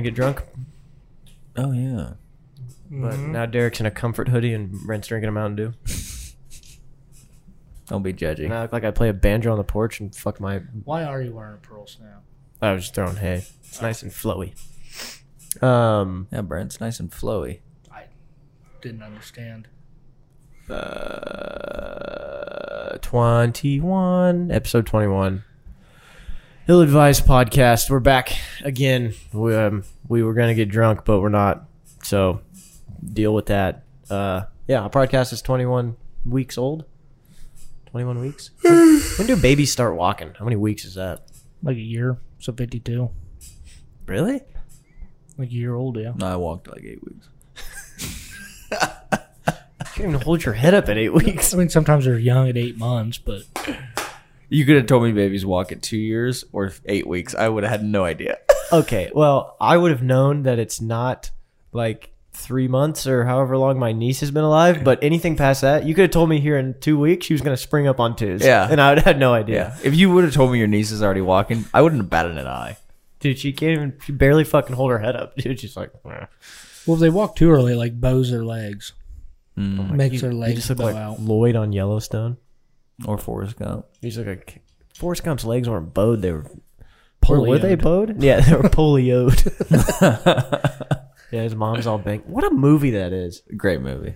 get drunk. Oh yeah. But Mm-hmm. now Derek's in a comfort hoodie and Brent's drinking a Mountain Dew. Don't be judgy. And I look like I play a banjo on the porch and fuck my. Why are you wearing a pearl snap? I was just throwing hay. It's nice and flowy. Um, Yeah, Brent's nice and flowy. I didn't understand. uh, 21, episode 21. Ill Advised Podcast. We're back again. We, um, we were going to get drunk, but we're not. So deal with that. Uh, yeah, our podcast is 21 weeks old. 21 weeks? when, when do babies start walking? How many weeks is that? Like a year, so fifty-two. Really? Like a year old, yeah. No, I walked like eight weeks. You can't even hold your head up at eight weeks. I mean, sometimes they're young at eight months, but You could have told me babies walk at two years or eight weeks. I would have had no idea. Okay, well, I would have known that it's not like three months or however long my niece has been alive, but anything past that, you could have told me here in two weeks she was going to spring up on twos. Yeah. And I would have had no idea. yeah. If you would have told me your niece is already walking, I wouldn't have batted an eye. Dude, she can't even, she barely fucking hold her head up, dude. She's like, "Meh." well, if they walk too early, like bows their legs, makes their Oh you legs just look bow like out. Lloyd on Yellowstone. Or Forrest Gump. You just look like, Forrest Gump's legs weren't bowed, they were, or Polio. were they bowed? Yeah, they were polioed. yeah, his mom's all banged. What a movie that is. Great movie.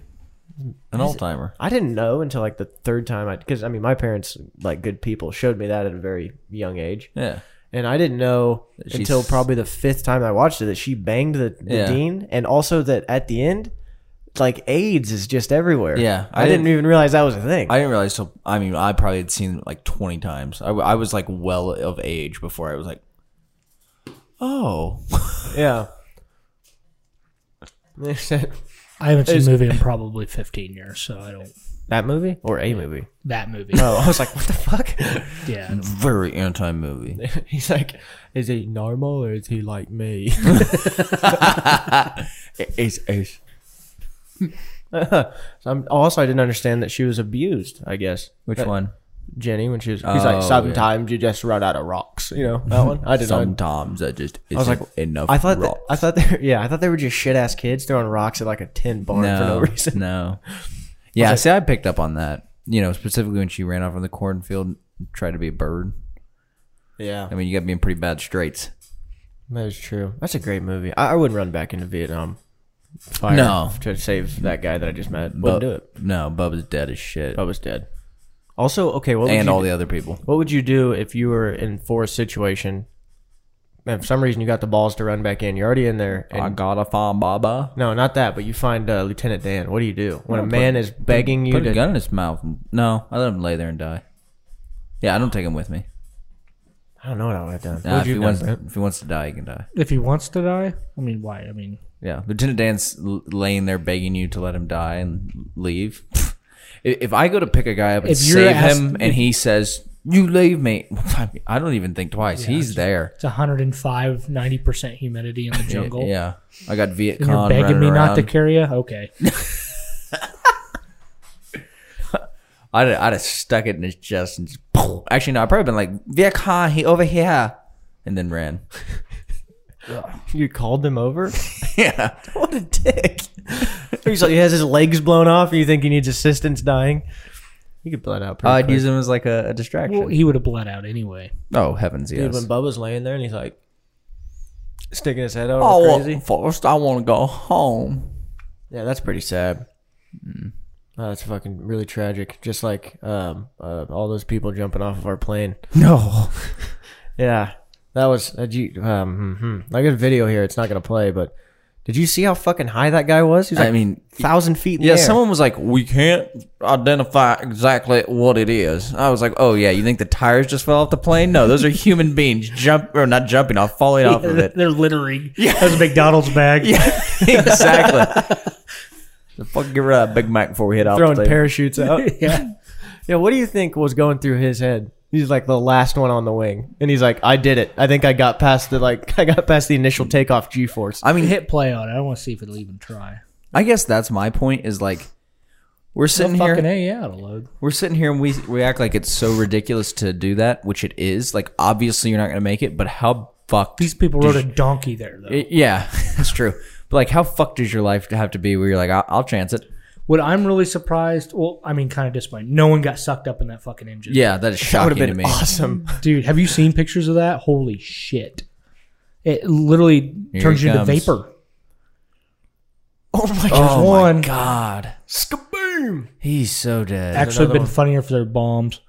An old timer. I didn't know until like the third time I because I mean my parents like good people showed me that at a very young age, Yeah. and I didn't know she until s- probably the fifth time I watched it that she banged the, the Yeah. dean, and also that at the end, like AIDS is just everywhere. Yeah, I, I didn't, didn't- even realize that was a thing. I didn't realize till I mean I probably had seen it like twenty times. I, w- I was like well of age before I was like, oh, yeah. I haven't seen a movie in probably fifteen years, so I don't. that movie or a movie? That movie, Oh, I was like, what the fuck? yeah. I don't- very anti movie. He's like, is he normal or is he like me? It's, it's I'm, also, I didn't understand that she was abused. I guess which That- one? Jenny when she was. He's like, Oh, yeah. sometimes you just run out of rocks. You know that one. I didn't. know. Sometimes that just was isn't like, enough. I thought. That, rock. I thought they. Were, yeah, I thought they were just shit ass kids throwing rocks at like a tin barn for no reason. No. Yeah, see, I picked up on that. You know, specifically when she ran off in the cornfield, and tried to be a bird. Yeah, I mean, you got me in pretty bad straits. that is true. That's a great movie. I, I wouldn't run back into Vietnam. Fire No. to save that guy that I just met. But Wouldn't do it. No, Bubba's dead as shit, I was dead. Also, okay, what would and you all do- the other people. what would you do if you were in forced situation? And for some reason, you got the balls to run back in. You're already in there, and I gotta find Baba. No, not that. But you find uh, Lieutenant Dan. What do you do when a man is begging you Put to? a gun in his mouth. and- No, I let him lay there and die. Yeah, I don't take him with me. I don't know what I would have done. Nah, What would if, you have done, he wants, Brent? if he wants to die, he can die. If he wants to die, I mean, why? I mean, Yeah, Lieutenant Dan's l- laying there begging you to let him die and leave. Pfft. I- If I go to pick a guy up and If you're save asked- him, and he says, "You leave me," I mean, I don't even think twice. He's there. it's 105, 90 percent humidity in the jungle. Yeah, I got Viet And you're Cong begging running me around. not to carry you? Okay. I'd, I'd have stuck it in his chest and just. Poof. Actually, no, I'd probably been like Viet Cong, he over here, and then ran. You called them over. yeah, what a dick! He's like he has his legs blown off, and you think he needs assistance dying. You could blood out. Pretty I'd quick. use him as like a, a distraction. Well, he would have bled out anyway. oh heavens, yes. Dude, when Bubba's laying there and he's like sticking his head out, oh, crazy. well, first I want to go home. Yeah, that's pretty sad. Oh, that's fucking really tragic. Just like um, uh, all those people jumping off of our plane. No. Yeah, that was a G, um, hmm, hmm. I got a video here. It's not gonna play, but did you see how fucking high that guy was? He's I like mean, thousand feet. In Yeah, the air. someone was like, "We can't identify exactly what it is." I was like, "Oh yeah, you think the tires just fell off the plane? No, those are human beings jump or not jumping off, falling off of it." They're littering. Yeah. That's a McDonald's bag. exactly. the fuck your uh, Big Mac before we hit off. throwing the table. parachutes out. yeah. yeah, what do you think was going through his head? He's like the last one on the wing, and he's like, "I did it. I think I got past the like I got past the initial takeoff G-force." I mean, hit. Hit play on it. I want to see if it'll even try. I guess that's my point. Is like we're sitting here. Fucking A, yeah, it'll load. We're sitting here and we we act like it's so ridiculous to do that, which it is. Like obviously you're not going to make it, but how fucked. These people rode a donkey there, though. Y- yeah, that's true. But like, how fucked does your life have to be where you're like, I'll, I'll chance it? what I'm really surprised, well, I mean, kind of disappointed. No one got sucked up in that fucking engine. Yeah, that is That shocking would have to been me. awesome. Dude, have you seen pictures of that? Holy shit. It literally Here turns he you into comes. vapor. Oh my god. There's one. God, Skaboom! he's so dead. Actually, another been one. funnier for their bombs.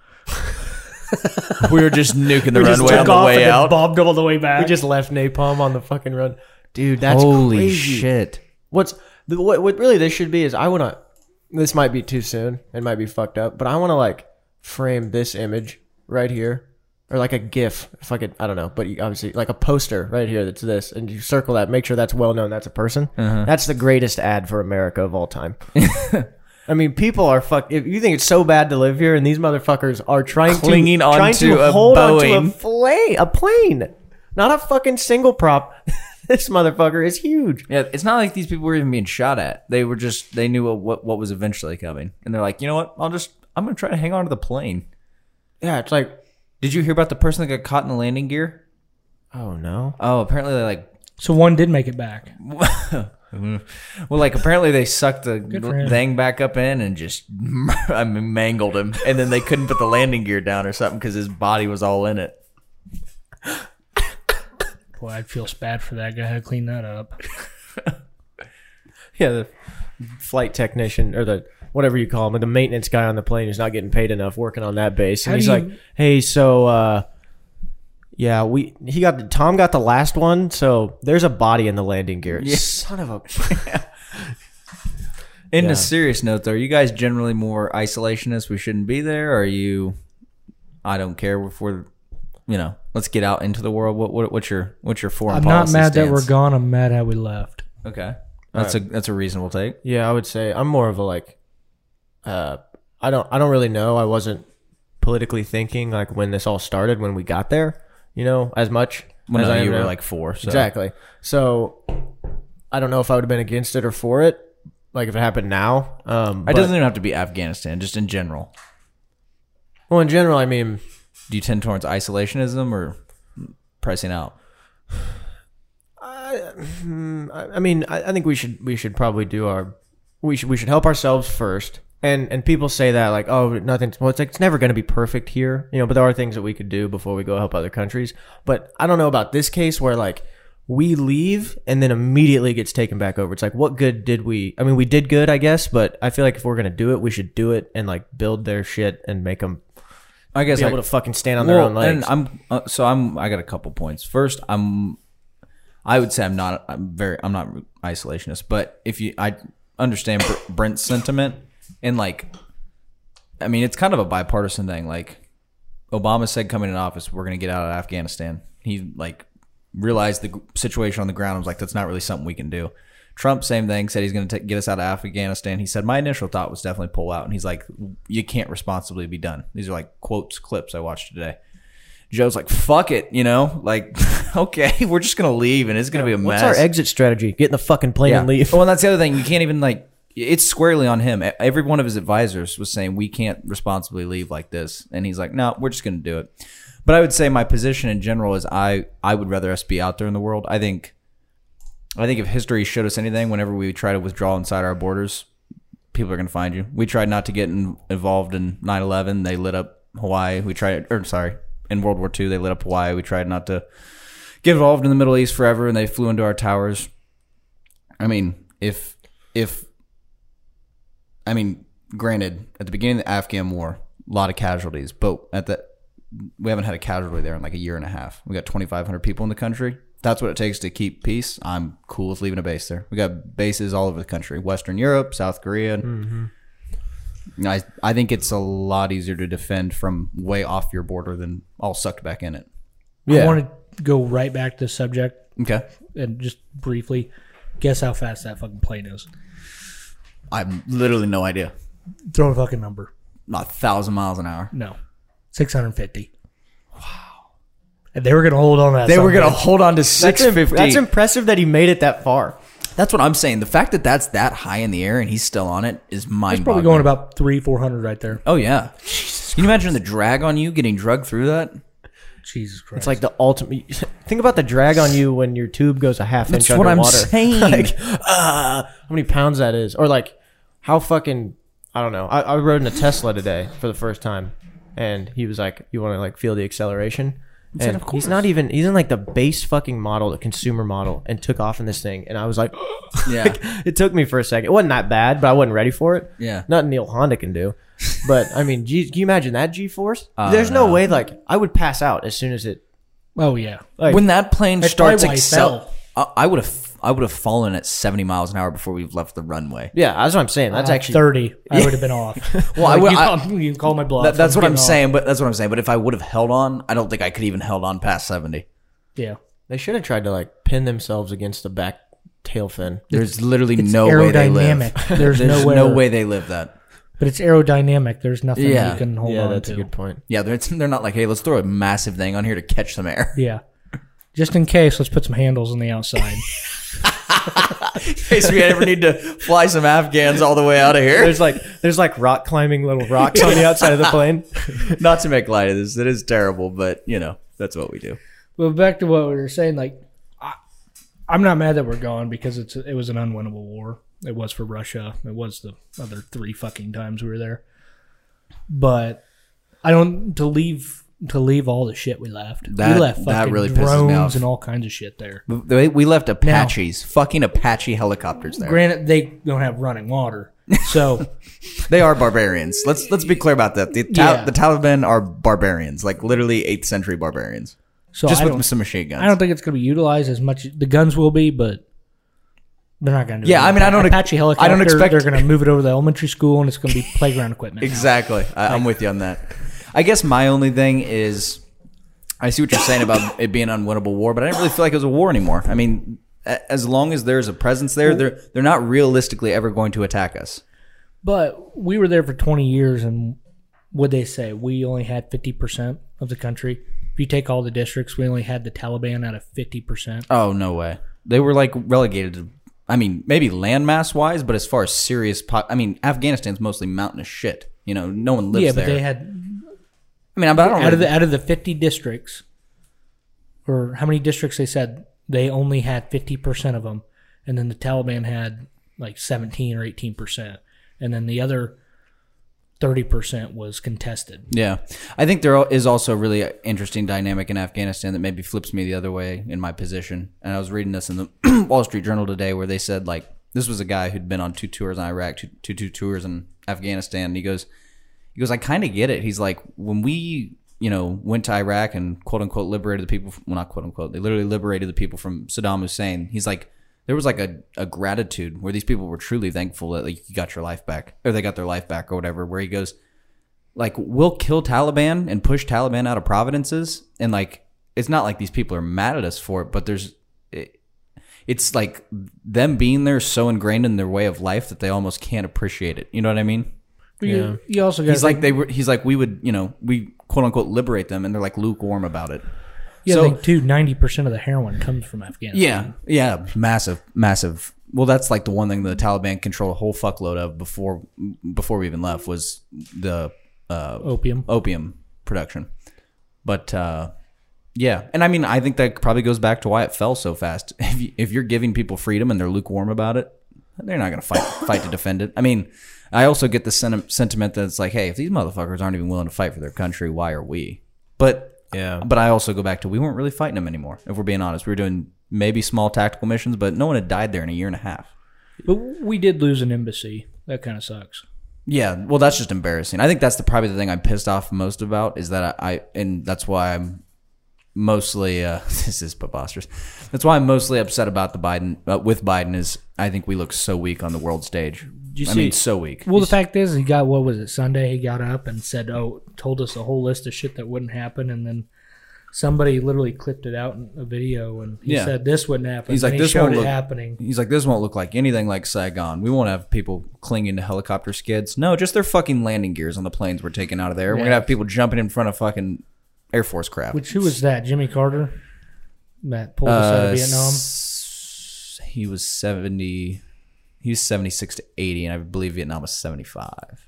we were just nuking the Just runway on took the off and way then out. bombed all the way back. We just left napalm on the fucking run. Dude, that's Holy crazy. shit! What's the, what? What really this should be is I want to. This might be too soon. It might be fucked up, but I want to like frame this image right here, or like a GIF, if I could. I don't know, but you, obviously like a poster right here that's this, and you circle that, make sure that's well known. That's a person. Uh-huh. That's the greatest ad for America of all time. I mean, people are fuck. If you think it's so bad to live here, and these motherfuckers are trying Clinging to trying onto to a hold onto a Boeing. plane, a plane, not a fucking single prop. this motherfucker is huge. Yeah, it's not like these people were even being shot at. They were just they knew what what, what was eventually coming, and they're like, you know what? I'll just I'm gonna try to hang on to the plane. Yeah, it's like Did you hear about the person that got caught in the landing gear? Oh no! Oh, apparently they like so one did make it back. well, like apparently they sucked the for him. thing back up in and just I mean, mangled him, and then they couldn't put the landing gear down or something because his body was all in it. Boy, I'd feel bad for that guy. I had to clean that up. Yeah, the flight technician or the whatever you call him, the maintenance guy on the plane who's not getting paid enough working on that base, and How do he's you- like, "Hey, so uh, yeah, we he got the, Tom got the last one, so there's a body in the landing gear. Son of a In Yeah. a serious note, though, are you guys generally more isolationists? We shouldn't be there. Or are you? I don't care if we're, you know, let's get out into the world. What, what what's your what's your foreign? I'm not policy mad that stance? we're gone. I'm mad how we left. Okay, that's a that's a reasonable take. yeah. I would say I'm more of a like, uh, I don't I don't really know. I wasn't politically thinking like when this all started when we got there, you know, as much Well, as no, I am you were now. like four. So. Exactly. So I don't know if I would have been against it or for it. Like if it happened now. Um, It but- doesn't even have to be Afghanistan. Just in general, well, in general, I mean, do you tend towards isolationism or pricing out? hmm, I, I mean, I, I think we should we should probably do our we should we should help ourselves first. And and people say that like oh nothing well it's like it's never going to be perfect here you know but there are things that we could do before we go help other countries. But I don't know about this case where like we leave and then immediately gets taken back over. It's like what good did we? I mean we did good I guess, but I feel like if we're going to do it, we should do it and like build their shit and make them I guess be I- able to fucking stand on their own legs. And I'm uh, so I'm I got a couple points. First, I'm I would say I'm not I'm very I'm not isolationist, but if you I understand Br- Brent's sentiment and like I mean it's kind of a bipartisan thing. Like Obama said coming in office, we're going to get out of Afghanistan. He like realized the g- situation on the ground. and was like, that's not really something we can do. Trump, same thing, said he's going to get us out of Afghanistan. He said, my initial thought was definitely pull out. And he's like, you can't responsibly be done. These are like quotes, clips I watched today. Joe's like, fuck it, you know, like, okay, we're just going to leave and it's going to be a mess. What's our exit strategy? Get in the fucking plane and leave. Well, and that's the other thing. You can't even like. It's squarely on him. E- Every one of his advisors was saying we can't responsibly leave like this, and he's like, "No, we're just going to do it." But I would say my position in general is I I would rather us be out there in the world. I think, I think if history showed us anything, whenever we try to withdraw inside our borders, people are going to find you. We tried not to get in, involved in 9/11. They lit up Hawaii. We tried, or sorry, in World War II, they lit up Hawaii. We tried not to get involved in the Middle East forever, and they flew into our towers. I mean, if if I mean, granted, at the beginning of the Afghan War, a lot of casualties, but at the we haven't had a casualty there in like a year and a half. We got 2,500 people in the country. If That's what it takes to keep peace. I'm cool with leaving a base there. We got bases all over the country, Western Europe, South Korea. I I think it's a lot easier to defend from way off your border than all sucked back in it. I want to go right back to the subject Okay. and just briefly guess how fast that fucking plane is. I've literally no idea. Throw a fucking number. Not a thousand miles an hour. No, 650. Wow. And they were going to hold on to that. They were son of gonna a hold on to That's, six im- fifty. that's impressive that he made it that far. That's what I'm saying. The fact that that's that high in the air and he's still on it is mind It's probably going about three, four hundred right there. Oh yeah. Can you imagine the drag on you getting drugged through that? Jesus Christ. It's like the ultimate. Think about the drag on you when your tube goes a half That's inch what I'm underwater. saying. like, uh, how many pounds that is, or like how fucking I don't know. I, I rode in a Tesla today for the first time, and he was like, "You want to like feel the acceleration?" and he's not even he's in like the base fucking model, the consumer model, and took off in this thing, and I was like, Yeah. like, it took me for a second. It wasn't that bad, but I wasn't ready for it. Yeah. Nothing Neil Honda can do. But I mean, geez, can you imagine that G force? I There's don't no know. way. Like I would pass out as soon as it. oh yeah. Like, when that plane That's starts probably why he excel, fell. I, I would have I would have fallen at 70 miles an hour before we left the runway. yeah, that's what I'm saying. Oh, That's At actually thirty. I would have been off. Well, I Like, would- you, I- call, you can call my bluff. That, that's what I'm getting off. saying, but that's what I'm saying. But if I would have held on, I don't think I could even held on past 70. Yeah. They should have tried to like pin themselves against the back tail fin. There's literally it's no way they live. aerodynamic. There's no way- no way they live that. But it's aerodynamic. There's nothing Yeah. you can hold yeah, on that's to. a good point. Yeah, they're, it's- they're not like, hey, let's throw a massive thing on here to catch some air. Yeah. Just in case, let's put some handles on the outside. In case we ever need to fly some Afghans all the way out of here. There's like there's like rock climbing little rocks on the outside of the plane. Not to make light of this, it is terrible, but you know, that's what we do. but back to what we were saying, like I, I'm not mad that we're gone because it's it was an unwinnable war. It was for Russia. It was the other three fucking times we were there. But I don't to leave to leave all the shit we left. That- we left that fucking really pisses me off. drones and all kinds of shit there. We we left Apaches, fucking Apache helicopters there. Granted, they don't have running water, so They are barbarians. Let's let's be clear about that. The, Ta- Yeah. the Taliban are barbarians, like literally 8th century barbarians, so just I with don't, some machine guns. I don't think it's going to be utilized as much. The guns will be, but they're not going to. Yeah, I mean, I don't- Apache I don't helicopter. expect- they're going to move it over to the elementary school, and it's going to be playground equipment. Exactly. I, I'm with you on that. I guess my only thing is I see what you're saying about it being an unwinnable war, but I didn't really feel like it was a war anymore. I mean, a- as long as there's a presence there, they're they're not realistically ever going to attack us. But we were there for 20 years, and what they say, we only had 50% of the country. If you take all the districts, we only had the Taliban out of 50%. Oh no way. They were like relegated to. I mean, maybe landmass wise, but as far as serious, po- I mean, Afghanistan's mostly mountainous shit. You know, no one lives yeah, but there. they had I mean, I, but I don't out of really- the out of the 50 districts, or how many districts they said they only had 50% of them, and then the Taliban had like 17 or 18%, and then the other 30% was contested. Yeah, I think there is also a really interesting dynamic in Afghanistan that maybe flips me the other way in my position. And I was reading this in the Wall Street Journal today, where they said like this was a guy who'd been on two tours in Iraq, two two, two tours in Afghanistan. And he goes, he goes, I kind of get it. He's like, when we you know went to Iraq and quote unquote liberated the people, from, well not quote unquote, they literally liberated the people from Saddam Hussein. He's like. There was like a, a gratitude where these people were truly thankful that like you got your life back or they got their life back or whatever. Where he goes, like we'll kill Taliban and push Taliban out of providences and like it's not like these people are mad at us for it but there's it, it's like them being there is so ingrained in their way of life that they almost can't appreciate it you know what I mean But you- Yeah. you, also got he's like they were he's like we would you know we quote unquote liberate them and they're like lukewarm about it yeah, so- so, too 90% of the heroin comes from Afghanistan. yeah yeah massive massive well that's like the one thing the Taliban controlled a whole fuckload of before before we even left was the uh, Opium. opium production. But uh, yeah, and I mean, I think that probably goes back to why it fell so fast. If, you, if you're giving people freedom and they're lukewarm about it, they're not going to fight fight to defend it. I mean, I also get the senti- sentiment that it's like, hey, if these motherfuckers aren't even willing to fight for their country, why are we? But Yeah. but I also go back to we weren't really fighting them anymore. If we're being honest, we were doing maybe small tactical missions, but no one had died there in a year and a half. But we did lose an embassy. That kind of sucks. Yeah, well, that's just embarrassing. I think that's the probably the thing I'm pissed off most about is that I, I and that's why I'm mostly uh, this is preposterous. That's why I'm mostly upset about the Biden uh, with Biden is I think we look so weak on the world stage. you I see- mean, so weak. Well, the fact is, he got what was it Sunday? He got up and said, "Oh, told us a whole list of shit that wouldn't happen," and then somebody literally clipped it out in a video, and he Yeah. said, "This wouldn't happen." He's like, and he "This showed won't it look- happening." He's like, this won't look like anything like Saigon. We won't have people clinging to helicopter skids. No, just their fucking landing gears on the planes we're taking out of there. We're gonna have people jumping in front of fucking Air Force craft. Which who was that? Jimmy Carter that pulled us Uh, out of Vietnam. s- He was 70. He was 76 to 80, and I believe Vietnam was 75.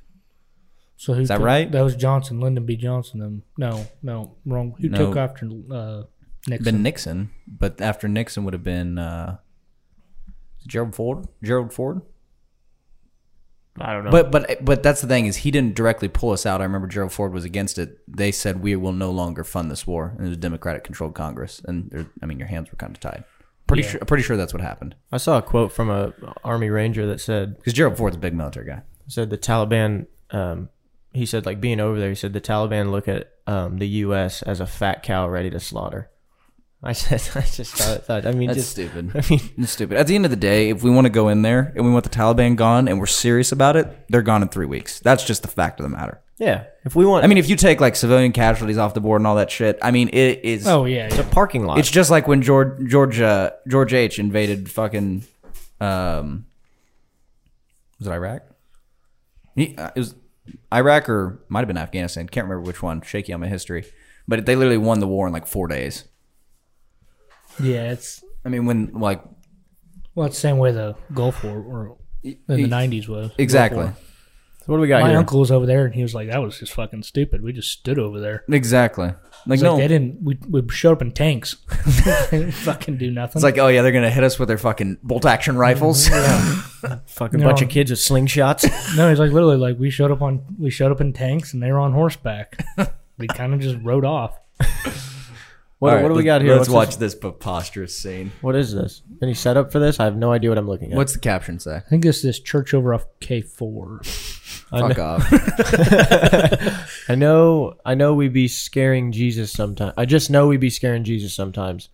So who Is that took- right? That was Johnson, Lyndon B. Johnson. Then no, no, wrong. Who No. took after uh, Nixon? Been Nixon, but after Nixon would have been uh, Gerald Ford. Gerald Ford. I don't know. But but but that's the thing is he didn't directly pull us out. I remember Gerald Ford was against it. They said we will no longer fund this war, and it was a Democratic-controlled Congress. And there- I mean, your hands were kind of tied. Pretty sure, pretty sure that's what happened. I saw a quote from a Army Ranger that said Because Gerald Ford's a big military guy. said the Taliban. Um, he said like being over there. He said the Taliban look at um, the U.S. as a fat cow ready to slaughter. I said I just thought, thought I mean That's just stupid. I mean It's stupid. At the end of the day, if we want to go in there and we want the Taliban gone, and we're serious about it, they're gone in three weeks. That's just the fact of the matter. yeah. If we want, I mean, if you take like civilian casualties off the board and all that shit, I mean, it is. oh yeah, it's a yeah. parking lot. It's just like when George George uh, George H invaded fucking um was it Iraq? He, uh, it was Iraq or might have been Afghanistan. Can't remember which one. Shaky on my history. But they literally won the war in like 4 days. yeah. It's I mean, when like well, it's the same way the Gulf War or in the e- nineties was Gulf exactly. War. So what do we got My here? uncle was over there, and he was like, "That was just fucking stupid. We just stood over there. Exactly. Like It's no. like they didn't. We we showed up in tanks. fucking do nothing. it's like, oh yeah, they're gonna hit us with their fucking bolt action rifles. Fucking No. bunch of kids with slingshots. no, he's like literally like we showed up on we showed up in tanks, and they were on horseback. we kind of just rode off. What, All right, what do we let- got here? Let's What's watch this preposterous scene. This, what is this? Any setup for this? I have no idea what I'm looking at. What's the caption say? I think it's this church over off K four. Fuck off. I know, I know, we be scaring Jesus sometimes. I just know we be scaring Jesus sometimes.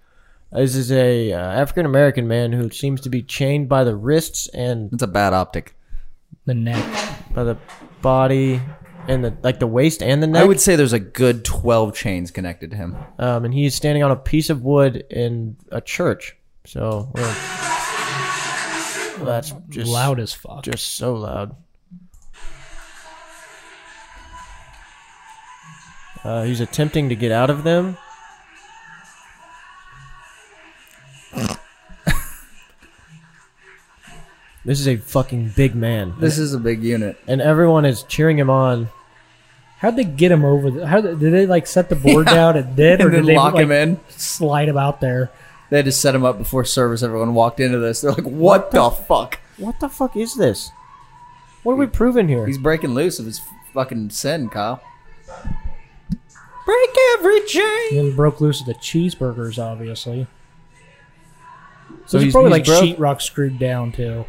This is a uh, African American man who seems to be chained by the wrists and That's a bad optic. The neck. by the body and the like the waist and the neck. I would say there's a good 12 chains connected to him. um, and he is standing on a piece of wood in a church. So we're, that's just loud as fuck. just so loud. Uh, he's attempting to get out of them. this is a fucking big man, This is a big unit. and everyone is cheering him on. How'd they get him over? The, how did, did they like set the board down at dead, or And did then they lock like, him in. slide him out there? They had to set him up before service. Everyone walked into this. They're like, what the fuck? What the fuck is this? What are we proving here? He's breaking loose of his fucking sin, Kyle. Break every chain. And then broke loose of the cheeseburgers, obviously. So So he's he's- probably he's like broke? sheetrock screwed down too.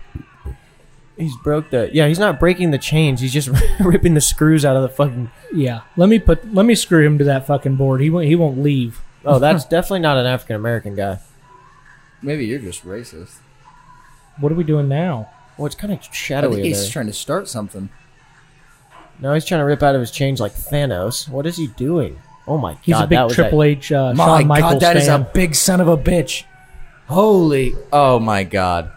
He's broke the. Yeah, he's not breaking the chains. He's just ripping the screws out of the fucking. Yeah, let me put let me screw him to that fucking board. He won't he won't leave. Oh, that's definitely not an African American guy. Maybe you're just racist. What are we doing now? Well, it's kind of I shadowy. think in he's eh? there. trying to start something. Now he's trying to rip out of his chains like Thanos. What is he doing? Oh my He's god, a big that was Triple H uh, Shawn Michaels that is fan. a big son of a bitch. Holy. Oh my god.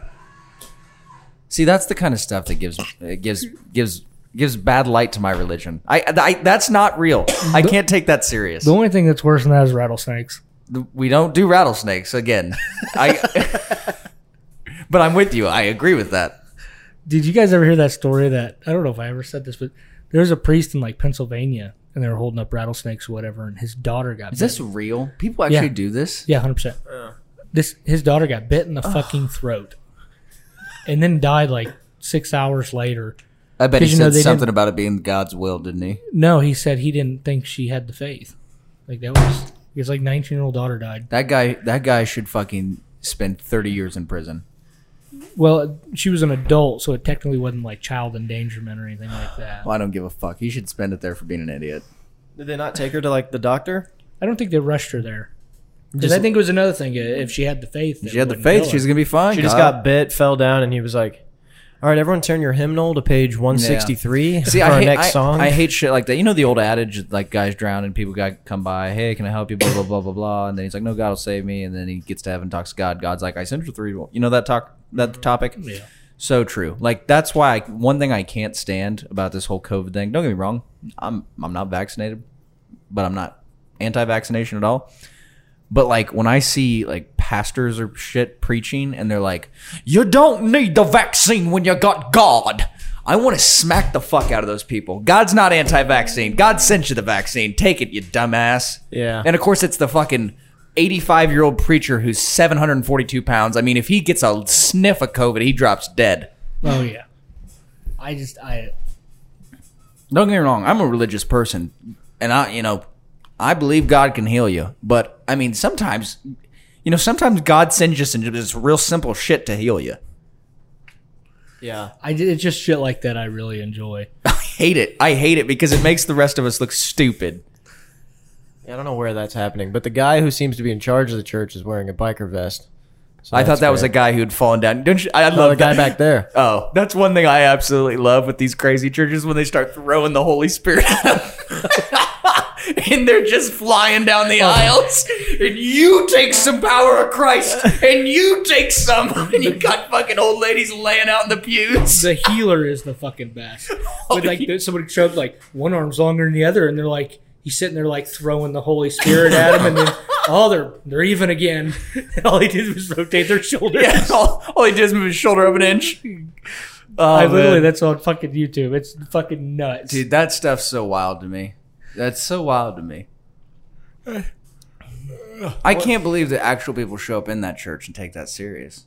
See, that's the kind of stuff that gives it gives gives gives bad light to my religion. I, I that's not real. I can't take that serious. the only thing that's worse than that is rattlesnakes. we don't do rattlesnakes again. I, but I'm with you. I agree with that. Did you guys ever hear that story that I don't know if I ever said this, but there was a priest in like Pennsylvania and they were holding up rattlesnakes or whatever, and his daughter got Is bit. this real? People actually Yeah. do this? Yeah, hundred percent. This his daughter got bit in the fucking throat, and then died like six hours later. I bet 'Cause he you know said they something didn't- about it being God's will, didn't he? No, he said he didn't think she had the faith. Like that was his like nineteen year old daughter died. That guy. That guy should fucking spend 30 years in prison. Well, she was an adult, so it technically wasn't like child endangerment or anything like that. Well, I don't give a fuck. He should spend it there for being an idiot. Did they not take her to like the doctor? I don't think they rushed her there. Because Just- I think it was another thing. uh, If she had the faith, She had the faith. She's She's gonna be fine. She just Kyle. got bit, fell down, and he was like, "All right, everyone, turn your hymnal to page 163 See, for I our hate, next I- song." I hate shit like that. You know the old adage, like guys drown and people got come by. Hey, can I help you? Blah blah blah blah blah. And then he's like, No, God will save me. And then he gets to heaven, talks to God. God's like, I sent you three. You know that talk that topic. Yeah. So true. Like that's why I, one thing I can't stand about this whole COVID thing. Don't get me wrong. I'm I'm not vaccinated, but I'm not anti-vaccination at all. But like when I see like pastors or shit preaching and they're like, "You don't need the vaccine when you got God." I want to smack the fuck out of those people. God's not anti-vaccine. God sent you the vaccine. Take it, you dumbass. Yeah. And of course, it's the fucking 85-year-old preacher who's 742 pounds. I mean, if he gets a sniff of COVID, he drops dead. Oh yeah. I just I Don't get me wrong. I'm a religious person, and I, you know, I believe God can heal you. But I mean, sometimes, you know, sometimes God sends you some this real simple shit to heal you. Yeah. I did it's just shit like that I really enjoy. I hate it. I hate it because it makes the rest of us look stupid. I don't know where that's happening, but the guy who seems to be in charge of the church is wearing a biker vest. So I that's thought that was a great. guy who had fallen down. Don't you? I Oh, love the guy that. back there. Oh, that's one thing I absolutely love with these crazy churches when they start throwing the Holy Spirit at them. and they're just flying down the aisles. And you take some power of Christ. And you take some. And you got fucking old ladies laying out in the pews. The healer is the fucking best. With like the, somebody shoved like one arm's longer than the other, and they're like he's sitting there like throwing the Holy Spirit at him, and then oh they're they're even again. And all he did was rotate their shoulders. Yeah, all, all he did is move his shoulder up an inch. Oh, I literally man. that's on fucking YouTube. It's fucking nuts. Dude, that stuff's so wild to me. That's so wild to me. I can't believe that actual people show up in that church and take that serious.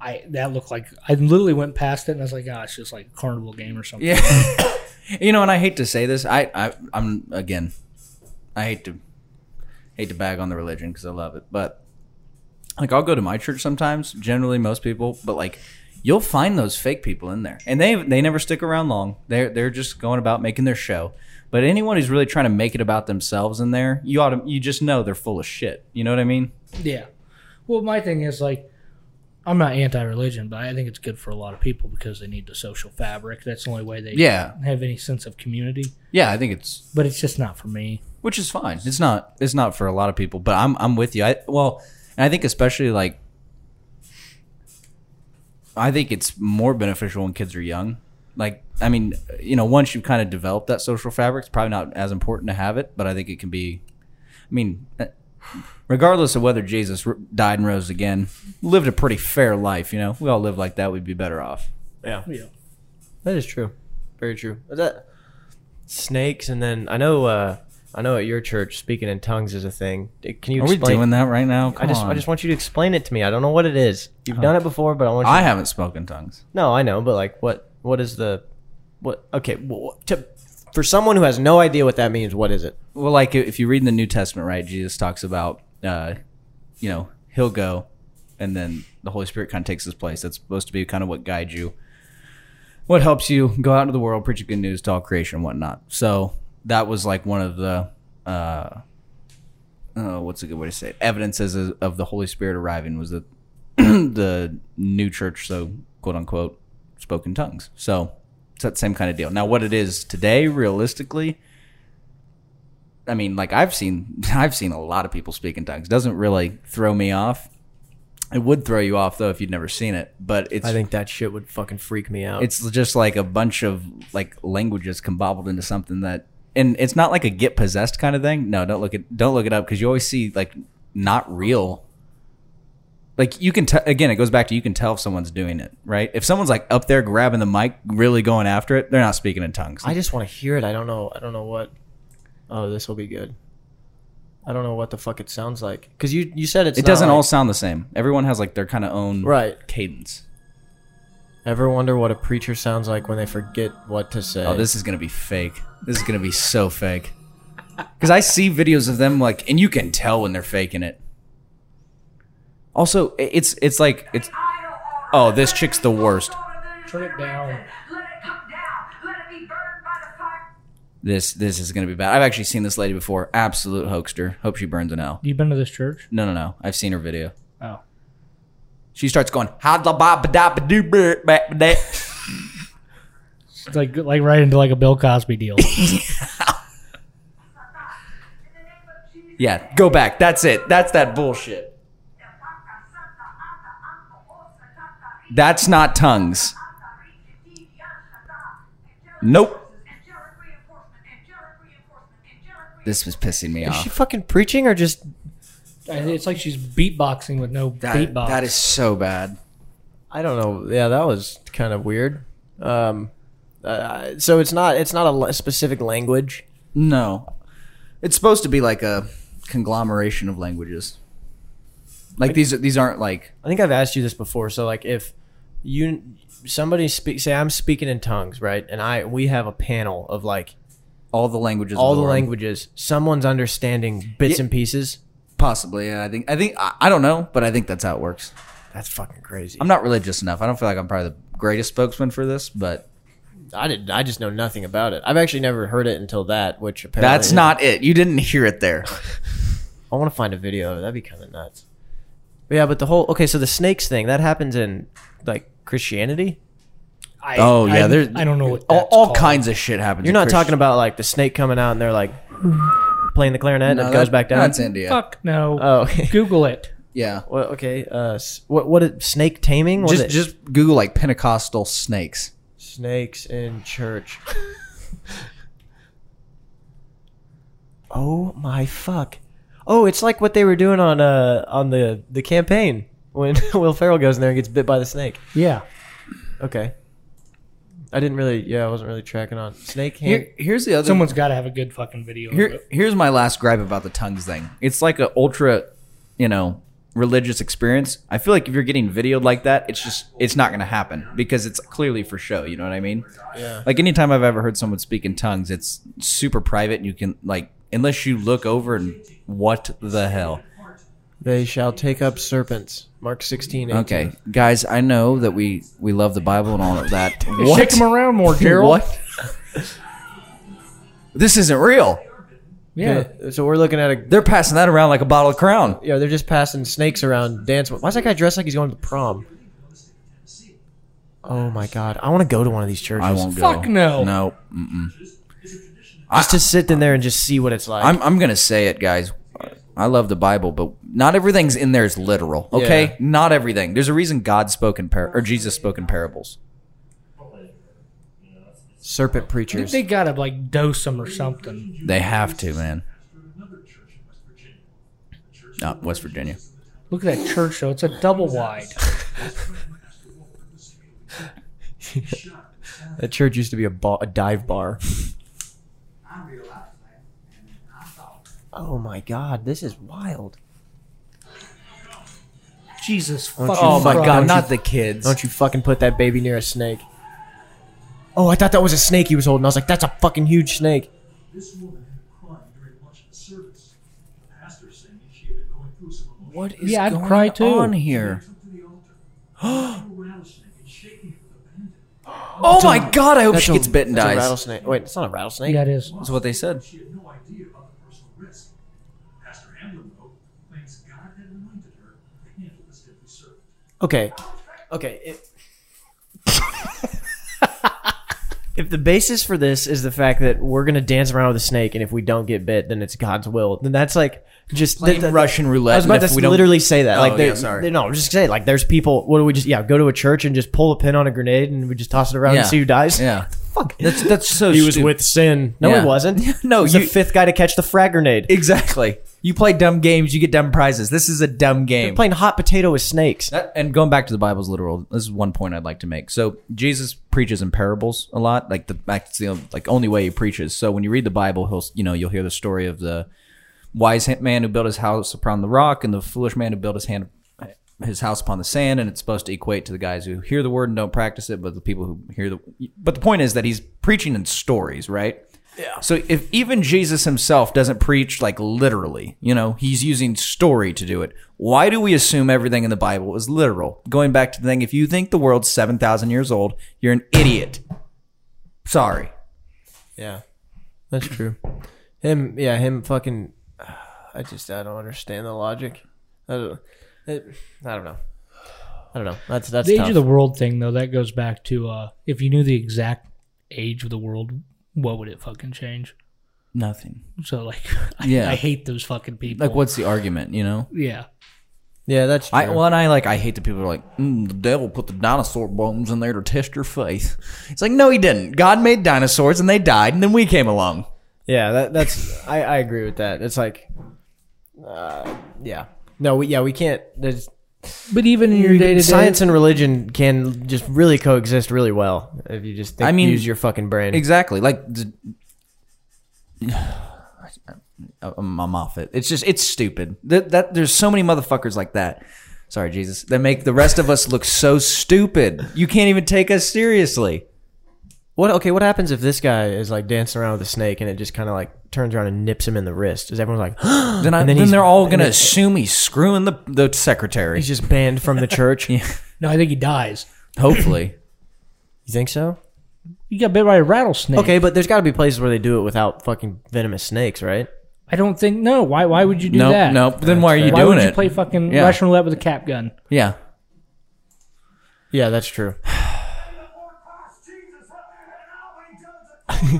I that looked like I literally went past it and I was like, gosh, it's just like a carnival game or something. Yeah. you know, and I hate to say this. I, I I'm again. I hate to hate to bag on the religion because I love it, but like I'll go to my church sometimes. Generally, most people, but like you'll find those fake people in there, and they they never stick around long. They're they're just going about making their show. But anyone who's really trying to make it about themselves in there, you ought to you just know they're full of shit. You know what I mean? Yeah. Well, my thing is like, I'm not anti-religion, but I think it's good for a lot of people because they need the social fabric. That's the only way they Yeah, have any sense of community. yeah. I think it's But it's just not for me. which is fine. It's not it's not for a lot of people, but I'm I'm with you. I well, and I think especially like I think it's more beneficial when kids are young. Like I mean, you know, once you've kind of developed that social fabric, it's probably not as important to have it, but I think it can be I mean, eh, regardless of whether Jesus r- died and rose again, lived a pretty fair life, you know. If we all live like that, we'd be better off. Yeah. Yeah. That is true. Very true. Is that snakes and then I know uh I know at your church speaking in tongues is a thing. Can you Are we explain doing that right now? I just I just want you to explain it to me. I don't know what it is. You've done it before, but I want you I haven't spoken tongues. No, I know, but like, what? What is the? What? Okay, well, to, for someone who has no idea what that means, what is it? well, like if you read in the New Testament, right, Jesus talks about, uh, you know, he'll go, and then the Holy Spirit kind of takes his place. That's supposed to be kind of what guides you, what helps you go out into the world, preach the good news to all creation and whatnot. So that was like one of the, uh, uh, what's a good way to say it? Evidences of of the Holy Spirit arriving was that the new church, so quote unquote, spoke in tongues. So it's that same kind of deal. Now, what it is today, realistically, I mean, like I've seen, I've seen a lot of people speak in tongues. Doesn't really throw me off. It would throw you off though if you'd never seen it. But it's I think that shit would fucking freak me out. it's just like a bunch of like languages combobbled into something that, and it's not like a get possessed kind of thing. No, don't look it, don't look it up because you always see like not real. Like you can tell again, it goes back to you can tell if someone's doing it right. If someone's like up there grabbing the mic, really going after it, they're not speaking in tongues. I just want to hear it. I don't know. I don't know what. Oh, this will be good. I don't know what the fuck it sounds like because you you said it's it not doesn't like- all sound the same. Everyone has like their kind of own right. cadence. Ever wonder what a preacher sounds like when they forget what to say? Oh, this is gonna be fake. This is gonna be so fake. Because I see videos of them like, and you can tell when they're faking it. Also, i- it's it's like it's. Oh, this chick's the worst. Turn it down. Let it come down. Let it be burned by the fire. This this is gonna be bad. I've actually seen this lady before. Absolute hoaxster. Hope she burns in hell. You been to this church? No, no, no. I've seen her video. Oh. She starts going hadla ba ba da ba doo ba ba ba da." It's like like right into like a Bill Cosby deal. In the name of Jesus. Yeah, go back. That's it. That's that bullshit. That's not tongues. Nope. Angelic reinforcement. Angelic reinforcement. Angelic reinforcement. This was pissing me is she off. fucking preaching or just? And it's like she's beatboxing with no That, beatbox. that is so bad. I don't know. Yeah, that was kind of weird. Um, uh, so it's not it's not a la- specific language. No, it's supposed to be like a conglomeration of languages. Like these, these aren't like I think I've asked you this before. So like if you somebody speak say I'm speaking in tongues, right? And I we have a panel of like all the languages. of all the world. languages. Someone's understanding bits Yeah. and pieces. possibly. Yeah, I think, I think, I, I don't know, but I think that's how it works. That's fucking crazy. I'm not religious enough. I don't feel like I'm probably the greatest spokesman for this, but I did. I just know nothing about it. I've actually never heard it until that. Which apparently that's not it. You didn't hear it there. I want to find a video. of it. That'd be kind of nuts. But yeah, but the whole okay. So the snakes thing that happens in like Christianity. I, Oh, yeah, I, there's- I don't know what all that's all called. kinds of shit happens. You're not talking about like the snake coming out and they're like playing the clarinet and it goes back down. That's India. Fuck no. Uh, Oh, okay. Google it. Yeah. Well, okay. Uh, s- what what is, snake taming? Was Just, it just Google like Pentecostal snakes. snakes in church? oh my fuck! Oh, it's like what they were doing on uh on the the campaign when Will Ferrell goes in there and gets bit by the snake. Yeah. Okay. I didn't really. Yeah, I wasn't really tracking on snake hand. Here, here's the other. Someone's got to have a good fucking video of Here, it. here's my last gripe about the tongues thing. It's like a ultra, you know, religious experience. I feel like if you're getting videoed like that, it's just it's not going to happen because it's clearly for show. You know what I mean? Yeah. Like anytime I've ever heard someone speak in tongues, it's super private. And you can like unless you look over and what the hell? They shall take up serpents. Mark sixteen. 18. Okay, guys, I know that we we love the Bible and all of that. what? Shake them around more, Gerald. What? this isn't real. Yeah. Yeah, So we're looking at a. They're passing that around like a bottle of Crown. Yeah, they're just passing snakes around. Dance. Why's that guy dressed like he's going to prom? Oh my god! I want to go to one of these churches. I won't go. Fuck no. No. Mm-mm. just to sit in there and just see what it's like. I'm I'm gonna say it, guys. I love the Bible, but not everything's in there is literal. Okay, Yeah. not everything. There's a reason God spoke in par- or Jesus spoke in parables. Serpent I think preachers. They got to, like, dose them or something. They have to, man. Not West Virginia. Look at that church, though. It's a double wide. That church used to be a, ba- a dive bar. Oh my god! This is wild. Jesus you fucking Oh my Christ. God! Don't Not you- the kids. Don't you fucking put that baby near a snake. Oh, I thought that was a snake he was holding. I was like, that's a fucking huge snake. This woman had been crying during much of the service. The pastor saying she had been going through some emotion. What is Yeah, I'd going cry too. on here? She took to the altar. A rattlesnake and shaking her with abandon. Oh my God! I hope she a- gets bit and that's a dies. rattlesnake. Wait, it's not a rattlesnake. Yeah, it is. That's what they said. She had no idea about the personal risk. Pastor Hamlin, though, thanks God had reminded her to handle this deadly serpent. Okay. Okay. It- if the basis for this is the fact that we're gonna dance around with a snake, and if we don't get bit, then it's God's will. Then that's like just Playing Russian roulette, I was about and to if we don't- literally say that. Oh, like, yeah, there's sorry. no, just say like, there's people. What do we just? Yeah, go to a church and just pull a pin on a grenade, and we just toss it around Yeah. and see who dies. Yeah. Fuck. That's that's so. he was stupid. with sin. No, Yeah. he wasn't. No, he was the you- fifth guy to catch the frag grenade. exactly. You play dumb games, you get dumb prizes. This is a dumb game. Playing hot potato with snakes. That, Uh, and going back to the Bible's literal, this is one point I'd like to make. So Jesus preaches in parables a lot, like the that's the like only way he preaches. So when you read the Bible, he'll you know you'll hear the story of the wise man who built his house upon the rock and the foolish man who built his hand his house upon the sand, and it's supposed to equate to the guys who hear the word and don't practice it, but the people who hear the. But the point is that he's preaching in stories, right? Yeah. So if even Jesus himself doesn't preach like literally, you know, he's using story to do it. Why do we assume everything in the Bible is literal? Going back to the thing, if you think the world's 7,000 years old, you're an idiot. Sorry. Yeah, that's true. Him, yeah, him fucking. I just I don't understand the logic. I don't, it, I don't know. I don't know. That's that's The tough. age of the world thing, though, that goes back to uh, if you knew the exact age of the world, what would it fucking change? Nothing. So, like, I, Yeah. I hate those fucking people. Like, what's the argument, you know? Yeah. yeah, that's true. I, well, and I like I hate the people who are like mm, the devil put the dinosaur bones in there to test your faith. It's like no, he didn't. God made dinosaurs and they died, and then we came along. yeah, that that's I I agree with that. It's like, uh, yeah, no, we, yeah, we can't. There's But even Mm, in your day to day, Science and religion can just really coexist really well if you just think, I mean- use your fucking brain. Exactly. Like, d- I'm I'm off it. It's just, it's stupid. That, that there's so many motherfuckers like that. Sorry, Jesus. That make the rest of us look so stupid. You can't even take us seriously. What okay? What happens if this guy is like dancing around with a snake and it just kind of like turns around and nips him in the wrist? Is everyone like Then, I, And then, then he's- they're all gonna and then- assume he's screwing the the secretary. he's just banned from the church? You no, I think he dies. Hopefully, think so? He got bit by a rattlesnake. Okay, but there's got to be places where they do it without fucking venomous snakes, right? I don't think no. Why? Why would you do no, that? no. Then why are you Why doing would you it? play fucking Yeah. Russian roulette with a cap gun? yeah, Yeah, that's true.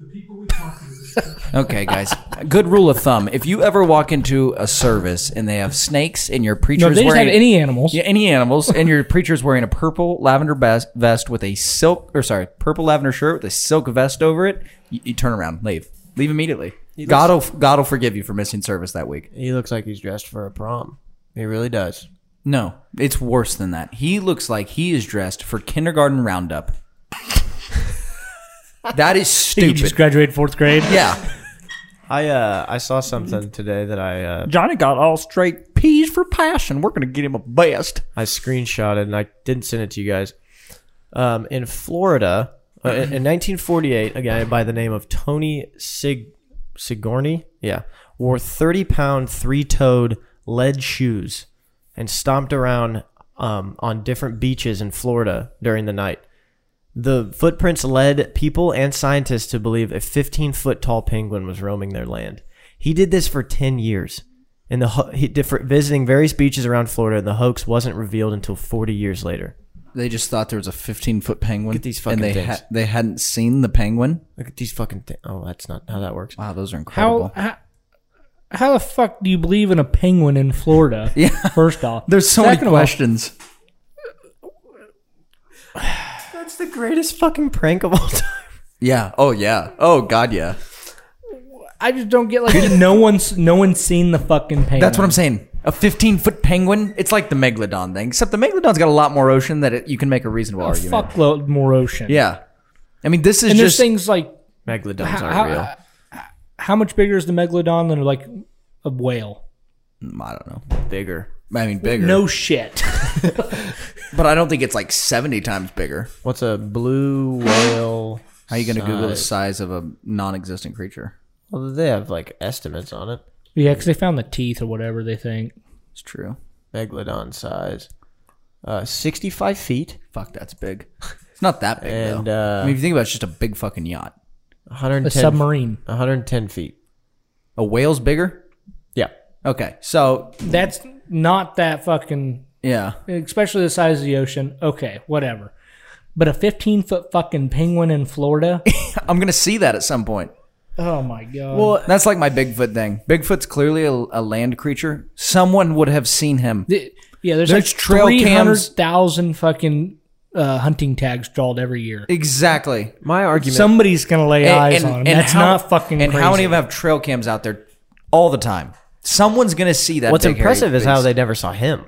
The people we talk to is Okay, guys. Good rule of thumb: if you ever walk into a service and they have snakes and your preacher No, is they just wearing have any animals. yeah, any animals, and your preacher's wearing a purple lavender bas- vest with a silk or sorry, purple lavender shirt with a silk vest over it, you, you turn around, leave, leave immediately. God will God will forgive you for missing service that week. He looks like he's dressed for a prom. He really does. No, it's worse than that. He looks like he is dressed for kindergarten roundup. that is He stupid. just graduated fourth grade. yeah. I uh I saw something today that I uh Johnny got all straight peas for passion. We're gonna get him a best. I screenshotted and I didn't send it to you guys. Um, in Florida, uh, in in 1948, a guy by the name of Tony Sig Sigourney, yeah, wore 30 pound, three toed lead shoes and stomped around um, on different beaches in Florida during the night. The footprints led people and scientists to believe a 15 foot tall penguin was roaming their land. He did this for 10 years. In the ho- he, different, visiting various beaches around Florida, and the hoax wasn't revealed until 40 years later. They just thought there was a 15 foot penguin. Get these fucking and they things. they hadn't seen the penguin. Look at these fucking things. Oh, that's not how that works. Wow, those are incredible. How, how how the fuck do you believe in a penguin in Florida? Yeah. First off, There's so many Second of all, questions. That's the greatest fucking prank of all time. Yeah. Oh yeah. Oh god. Yeah. I just don't get like no one's no one's seen the fucking penguin. That's what I'm saying. A 15 foot penguin. It's like the megalodon thing, except the megalodon's got a lot more ocean that it, you can make a reasonable A argument. fuckload more ocean. Yeah. I mean, this is and there's just things like Megalodons how, aren't real. uh, how, how much bigger is the megalodon than like a whale? Mm, I don't know. Bigger. I mean, bigger. No shit. but I don't think it's like 70 times bigger. What's a blue whale? How are you going to Google the size? size of a non-existent creature? Well, they have like estimates on it. yeah, because they found the teeth or whatever they think. It's true. Megalodon size. Uh, 65 feet, Fuck, that's big. It's not that big And, though. uh, I mean, if you think about it, it's just a big fucking yacht. A 110, submarine. 110 feet. A whale's bigger. Yeah. Okay, so That's not that fucking. yeah, Especially the size of the ocean. Okay, whatever. But a 15 foot fucking penguin in Florida. I'm gonna see that at some point. oh my god. Well, that's like my Bigfoot thing. Bigfoot's clearly a, a land creature. Someone would have seen him. The- yeah, there's, There's like trail three hundred cams. thousand fucking uh, hunting tags drawn every year. Exactly. My argument. Somebody's gonna lay eyes on him. That's how- not fucking. And crazy. how many of them have trail cams out there all the time? Someone's gonna see that. what's big, hairy impressive is how beast. they never saw him.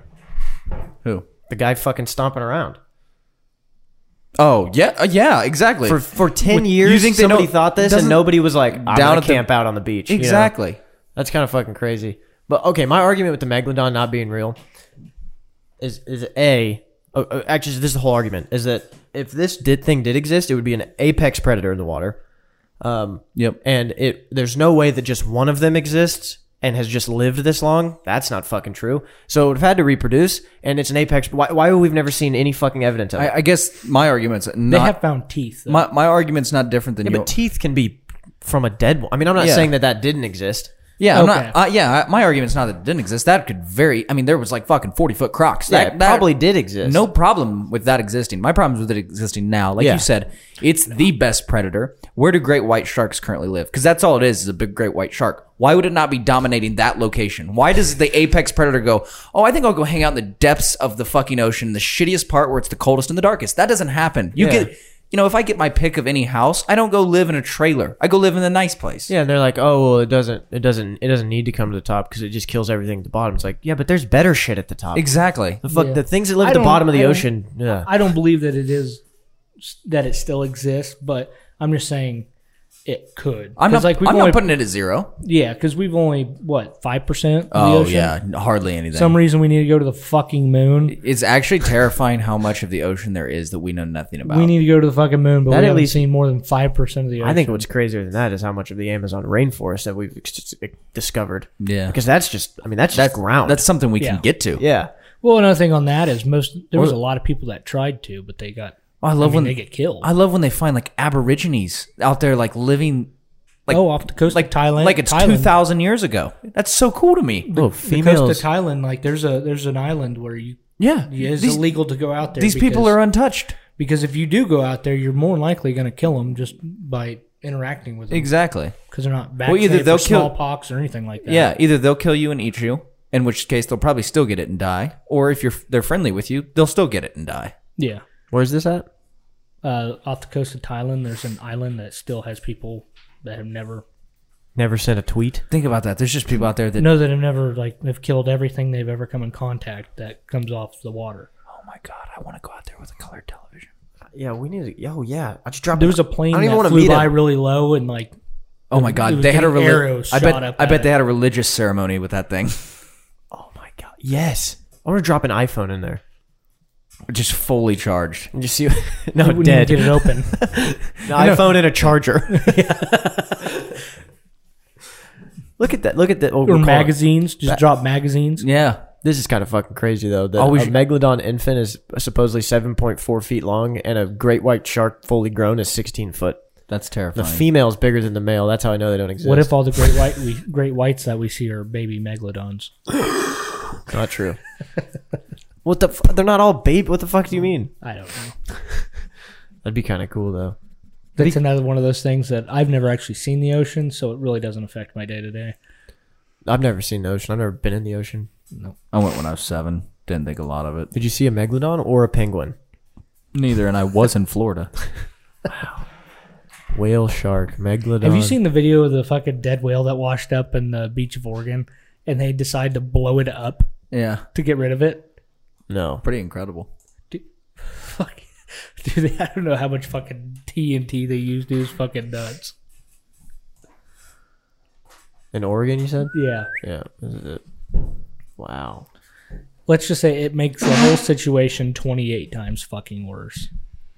who. The guy fucking stomping around. Oh yeah, uh, yeah, exactly. for for ten years. you think they somebody don't- thought this, doesn't- and nobody was like I'm Down down at to the- camp out on the beach. you know? exactly. That's kind of fucking crazy. But okay, my argument with the megalodon not being real is is a oh, oh, actually this is the whole argument is that if this did thing did exist, it would be an apex predator in the water. Um, Yep. and it there's no way that just one of them exists and has just lived this long. That's not fucking true. So it would have had to reproduce, and it's an apex. Why, why we've never seen any fucking evidence of it? I, I guess my argument's They not. have found teeth. though. my, my argument's not different than yeah, you. but teeth can be from a dead one. I mean, I'm not Yeah. saying that that didn't exist. Yeah, I'm Okay. not. Uh, yeah, I- my argument's not that it didn't exist. That could very. I mean, there was like fucking forty foot crocs. Yeah, That, it that- probably did exist. No problem with that existing. My problem's with it existing now. Like Yeah. you said, it's the best predator. Where do great white sharks currently live? Because that's all it is—is a big great white shark. Why would it not be dominating that location? Why does the apex predator go? Oh, I think I'll go hang out in the depths of the fucking ocean, the shittiest part where it's the coldest and the darkest. That doesn't happen. You Yeah. get you know, if I get my pick of any house, I don't go live in a trailer. I go live in a nice place. Yeah, and they're like, oh well, it doesn't, it doesn't, it doesn't need to come to the top because it just kills everything at the bottom. It's like, yeah, but there's better shit at the top. Exactly. The fuck, Yeah. the things that live I at the don't- bottom of I the don't- ocean. Yeah, I don't believe that it is that it still exists, but I'm just saying it could. I'm 'Cause, not. like we've I'm only, not putting it at zero. yeah, because we've only what five percent. Oh the ocean? yeah, n- hardly anything. Some reason we need to go to the fucking moon. it's actually terrifying how much of the ocean there is that we know nothing about. We need to go to the fucking moon, but That we at haven't least- seen more than five percent of the ocean. I think what's crazier than that is how much of the Amazon rainforest that we've ex- ex- discovered. Yeah. because that's just, I mean, that's just that's ground. That's something we Yeah. can get to. yeah. Well, another thing on that is most there was a Well- lot of people that tried to, but they got I I love mean, when they get killed. I love when they find like aborigines out there like living like oh, off the coast like of Thailand, like it's Thailand. 2000 years ago. That's so cool to me. Oh, The coast females. of Thailand, like there's a there's an island where you Yeah. it's These, illegal to go out there. these people because- are untouched. because if you do go out there, you're more likely going to kill them just by interacting with them Exactly. because they're not Well, vaccinated either they'll for kill- smallpox or anything like that. Yeah, either they'll kill you and eat you, in which case they'll probably still get it and die, or if you're they're friendly with you, they'll still get it and die. yeah. Where's this at? Uh, off the coast of Thailand, there's an island that still has people that have never Never sent a tweet. Think about that. There's just people out there that no that have never like have killed everything they've ever come in contact that comes off the water. Oh my god, I want to go out there with a colored television. Yeah, we need to. Oh yeah, I just dropped. There was a plane I don't even that wanna flew meet by him. really low and like Oh my it god, was they had a getting reli- arrows I shot bet up I at bet they it. had a religious ceremony with that thing. Oh my god. Yes. I want to drop an iPhone in there just fully charged. and just see. no, wouldn't even dead. get it open. An iPhone and a charger. Look at that. Look at that. Oh, or we're calling- magazines, just drop magazines. Yeah. This is kind of fucking crazy though. That Oh, we a should- megalodon infant is supposedly seven point four feet long, and a great white shark fully grown is sixteen foot. That's The terrifying. female is bigger than the male. That's how I know they don't exist. What if all the great white we, great whites that we see are baby megalodons? Not true. what the? F- they're not all babe. What the fuck do you mean? I don't know. That'd be kind of cool though. That's another one of those things that I've never actually seen the ocean, so it really doesn't affect my day to day. I've never seen the ocean. I've never been in the ocean. I went when I was seven. Didn't think a lot of it. Did you see a megalodon or a penguin? Neither, and I was in Florida. Whale shark, megalodon. Have you seen the video of the fucking dead whale that washed up in the beach of Oregon and they decide to blow it up yeah, to get rid of it? No. pretty incredible. Fuck. Dude, I don't know how much fucking TNT they used. It was fucking nuts. In Oregon, you said? Yeah. Yeah. This is it. Wow. Let's just say it makes the whole situation 28 times fucking worse.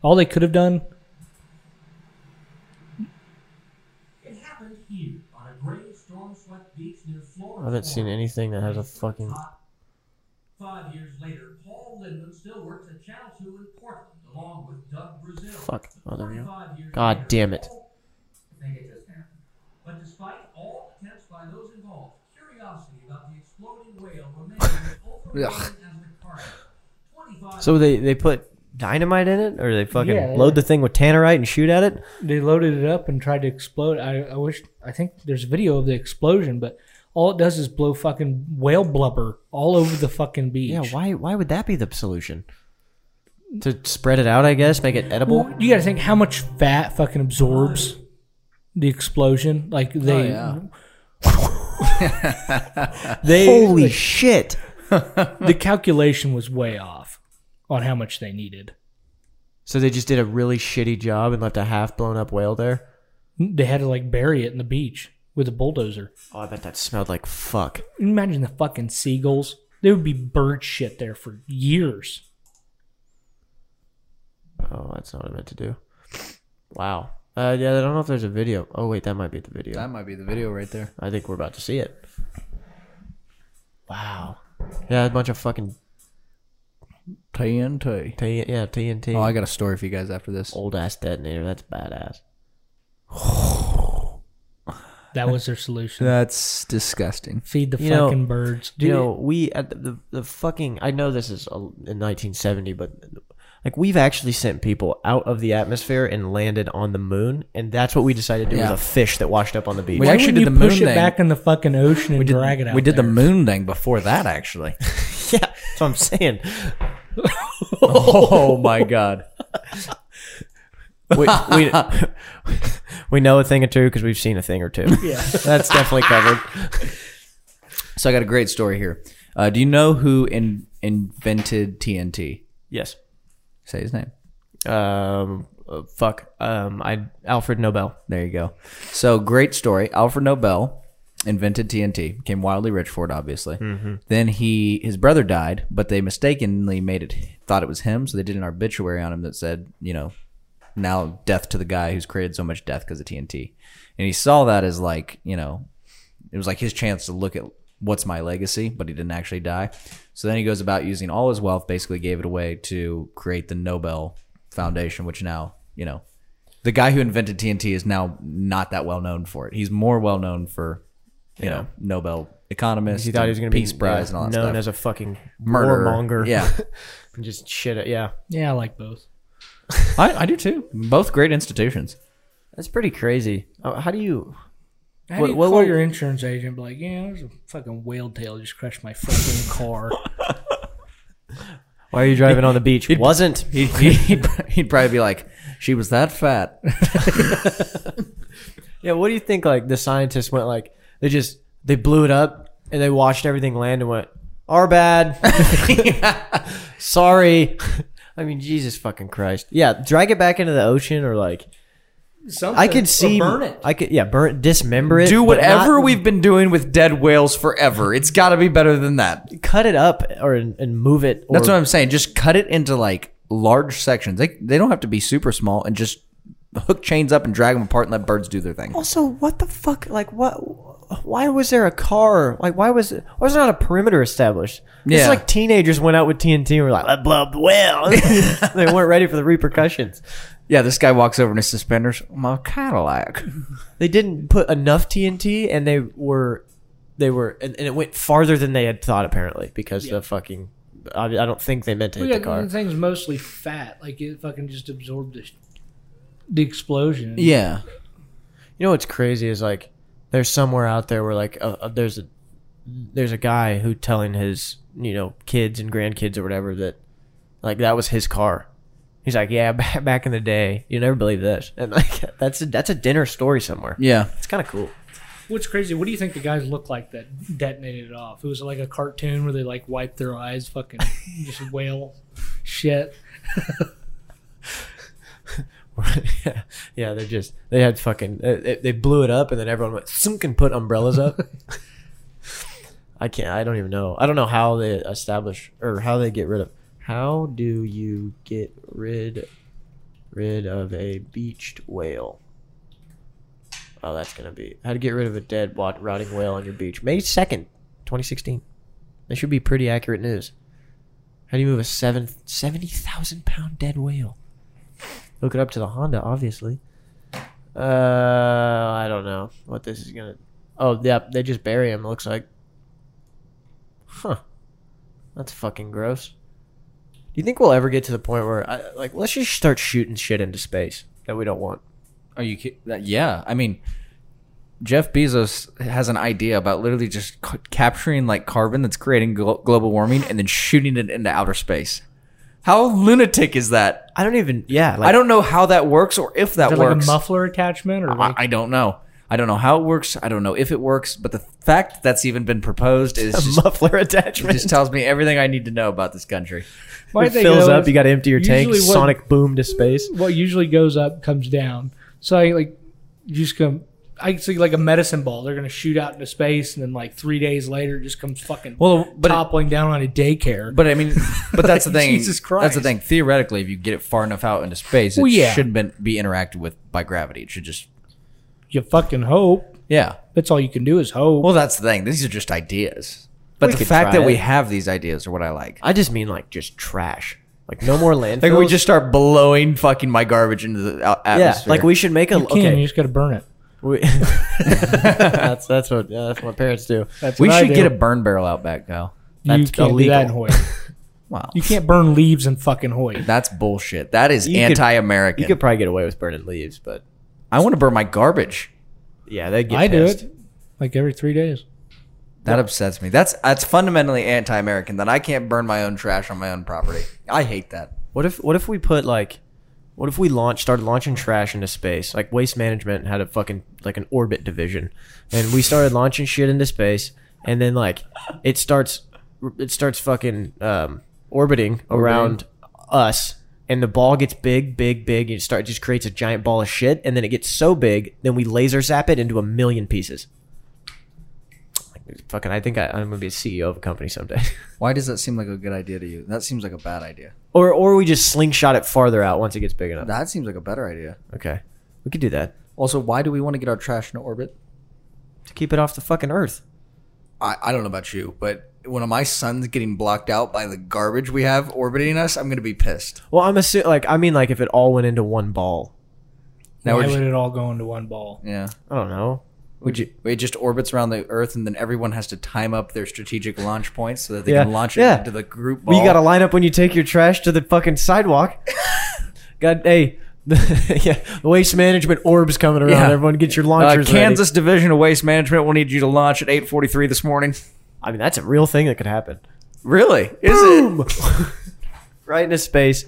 All they could have done, It happened here on a grave storm-swept beach near I Florida. haven't seen anything that has a fucking. Five years later, Paul Lindman still works at Channel 2 in Portland, along with Doug Brazil. Fuck, mother of you. 45 years God later, damn it. Paul- I think it just happened. But despite all attempts by those involved, curiosity about the exploding whale remains as overwhelming as the carnage. 25 So they they put dynamite in it, or they fucking Yeah, load yeah. the thing with tannerite and shoot at it. they loaded it up and tried to explode. I, I wish, I think there's a video of the explosion, but all it does is blow fucking whale blubber all over the fucking beach. Yeah. Why why would that be the solution? To spread it out, I guess, make it edible. Well, you got to think how much fat fucking absorbs the explosion. Like they, yeah. Oh, they Holy shit! the calculation was way off on how much they needed. So they just did a really shitty job and left a half blown up whale there. They had to like bury it in the beach with a bulldozer. Oh, I bet that smelled like fuck. Can you Imagine the fucking seagulls. There would be bird shit there for years. Oh, that's not what I meant to do. Wow. Uh, yeah, I don't know if there's a video. Oh wait, that might be the video. might be the video right there. I think we're about to see it. Wow. Yeah, a bunch of fucking TNT. T- yeah TNT. Oh, I got a story for you guys after this. Old ass detonator. That's badass. That was their solution. That's disgusting. Feed the You know- fucking birds. you know, we at the, the the fucking. I know this is uh, in 1970, but like we've actually sent people out of the atmosphere and landed on the moon, and that's what we decided to do Yeah. with a fish that washed up on the beach. We Why actually wouldn't did you the moon push it thing. back in the fucking ocean and drag it out. we did the there? moon thing before that, actually. yeah, that's what I'm saying. oh my god. We, we, we know a thing or two because we've seen a thing or two. Yeah. That's definitely covered. So I got a great story here. Uh, do you know who in, invented TNT? Yes. Say his name. Um, uh, fuck. Um, I Alfred Nobel. There you go. So great story. Alfred Nobel invented TNT, became wildly rich for it, obviously. Then he his brother died, but they mistakenly made it thought it was him, so they did an obituary on him that said, you know, now death to the guy who's created so much death because of TNT. And he saw that as like, you know, it was like his chance to look at what's my legacy, but he didn't actually die. So then he goes about using all his wealth, basically gave it away to create the Nobel Foundation, which now, you know, the guy who invented TNT is now not that well known for it. He's more well known for, you know, Nobel economist, He thought he was going to be Peace yeah, Prize, and all that known stuff. as a fucking Murderer. warmonger. Yeah, And just shit. Yeah. Yeah, I like both. I, I do too. Both great institutions. That's pretty crazy. Uh, How do you? How What- do you what- call what- your insurance agent? and Be like, yeah, there's a fucking whale tail just crushed my fucking car. Why are you driving on the beach? Wasn't. He, he'd, he'd probably be like, "She was that fat." Yeah. What do you think? Like the scientists went like they just they blew it up and they watched everything land and went, "Our bad. Sorry." I mean, Jesus fucking Christ. Yeah, drag it back into the ocean or like Something. I could see burn it. I could yeah, burn it, dismember it. Do but whatever not- we've been doing with dead whales forever. It's got to be better than that. cut it up or and move it. Or, That's what I'm saying. Just cut it into like large sections. They they don't have to be super small, and just hook chains up and drag them apart and let birds do their thing. Also, what the fuck? Like, what? Why was there a car? Like, why was why was there not a perimeter established? Yeah. Yeah. It's like teenagers went out with TNT and were like, "I blew up the well." they weren't ready for the repercussions. Yeah, this guy walks over in his suspenders. My Cadillac. They didn't put enough TNT, and they were they were and, and it went farther than they had thought apparently because the fucking. I, I don't think they meant to hit Yeah, the car. the thing's mostly fat. Like it fucking just absorbed the, the explosion. Yeah, You know what's crazy is like there's somewhere out there where like uh, uh, there's a there's a guy who telling his you know kids and grandkids or whatever that like that was his car. He's like, yeah, ba- back in the day, you never believe this, and like that's a, that's a dinner story somewhere. yeah. It's kind of cool. What's crazy? What do you think the guys look like that detonated it off? It was like a cartoon where they like wipe their eyes, fucking just wail shit. yeah, yeah, they're just they had fucking uh, they, they blew it up, and then everyone went sunk and put umbrellas up. I can't. I don't even know. I don't know how they establish or how they get rid of. How do you get rid rid of a beached whale? Oh, that's gonna be how to get rid of a dead wa- rotting whale on your beach. May second, twenty sixteen. That should be pretty accurate news. How do you move a seven, 70,000 pound dead whale? hook it up to the Honda, obviously. Uh, I don't know what this is gonna. Oh, yeah, they just bury him. Looks like. Huh. That's fucking gross. Do you think we'll ever get to the point where, I, like, let's just start shooting shit into space that we don't want? Are you kidding? Yeah, I mean, Jeff Bezos has an idea about literally just c- capturing like carbon that's creating glo- global warming and then shooting it into outer space. How lunatic is that? I don't even. Yeah, like, I don't know how that works or if that Is that like a works. muffler attachment or I, like, I don't know. I don't know how it works. I don't know if it works. But the fact that that's even been proposed is just, muffler attachment. just tells me everything I need to know about this country. Why'd it they fills go up. with- You got to empty your tank. usually what- Sonic boom to space. what usually goes up comes down. So I like you just come. I can see like a medicine ball. They're gonna shoot out into space, and then like three days later, it just comes fucking Well, but it- toppling down on a daycare. But I mean, but that's the thing. Jesus That's Christ. the thing. Theoretically, if you get it far enough out into space, it Well, yeah. shouldn't been, be interacted with by gravity. It should just, you fucking hope. yeah. That's all you can do is hope. Well, that's the thing. These are just ideas. But We the could fact try that we it. have these ideas are what I like. I just mean like just trash. Like no more landfills. Like we just start blowing fucking my garbage into the a- yeah. atmosphere. Like we should make a you can. okay. You just gotta burn it. We, that's that's what yeah, that's what parents do. That's we what I should do. get a burn barrel out back, though. You that's can't do that in illegal. Hoyt. Wow, You can't burn leaves in fucking Hoyt. that's bullshit. That is You could- anti-American. You could probably get away with burning leaves, but I want to burn my garbage. yeah, they get. I do pissed. it like every three days. That upsets me. That's that's fundamentally anti-American. That I can't burn my own trash on my own property. I hate that. What if What if we put like What if we launch started launching trash into space? Like waste management had a fucking like an orbit division, and we started launching shit into space, and then like it starts it starts fucking um, orbiting around us, and the ball gets big, big, big, and it start just creates a giant ball of shit, and then it gets so big, then we laser zap it into a million pieces. Like, fucking, I think I, I'm gonna be a CEO of a company someday. Why does that seem like a good idea to you? That seems like a bad idea. or or we just slingshot it farther out once it gets big enough. That seems like a better idea. Okay, we could do that Also, why do we want to get our trash into orbit? to keep it off the fucking Earth. I, I don't know about you, but when my son's getting blocked out by the garbage we have orbiting us, I'm going to be pissed. Well, I'm assuming like I mean like if it all went into one ball, Now Why we're just, would it all go into one ball? yeah. I don't know. Would you? It just orbits around the Earth, and then everyone has to time up their strategic launch points so that they Yeah. can launch it Yeah. into the group ball. Well, you got to line up when you take your trash to the fucking sidewalk. God, hey, yeah, waste management orbs coming around. Yeah. Everyone, get your uh, launchers. Kansas Division of Waste Management will need you to launch at 8:43 this morning. ready. I mean, that's a real thing that could happen. Really? Is it? right into space,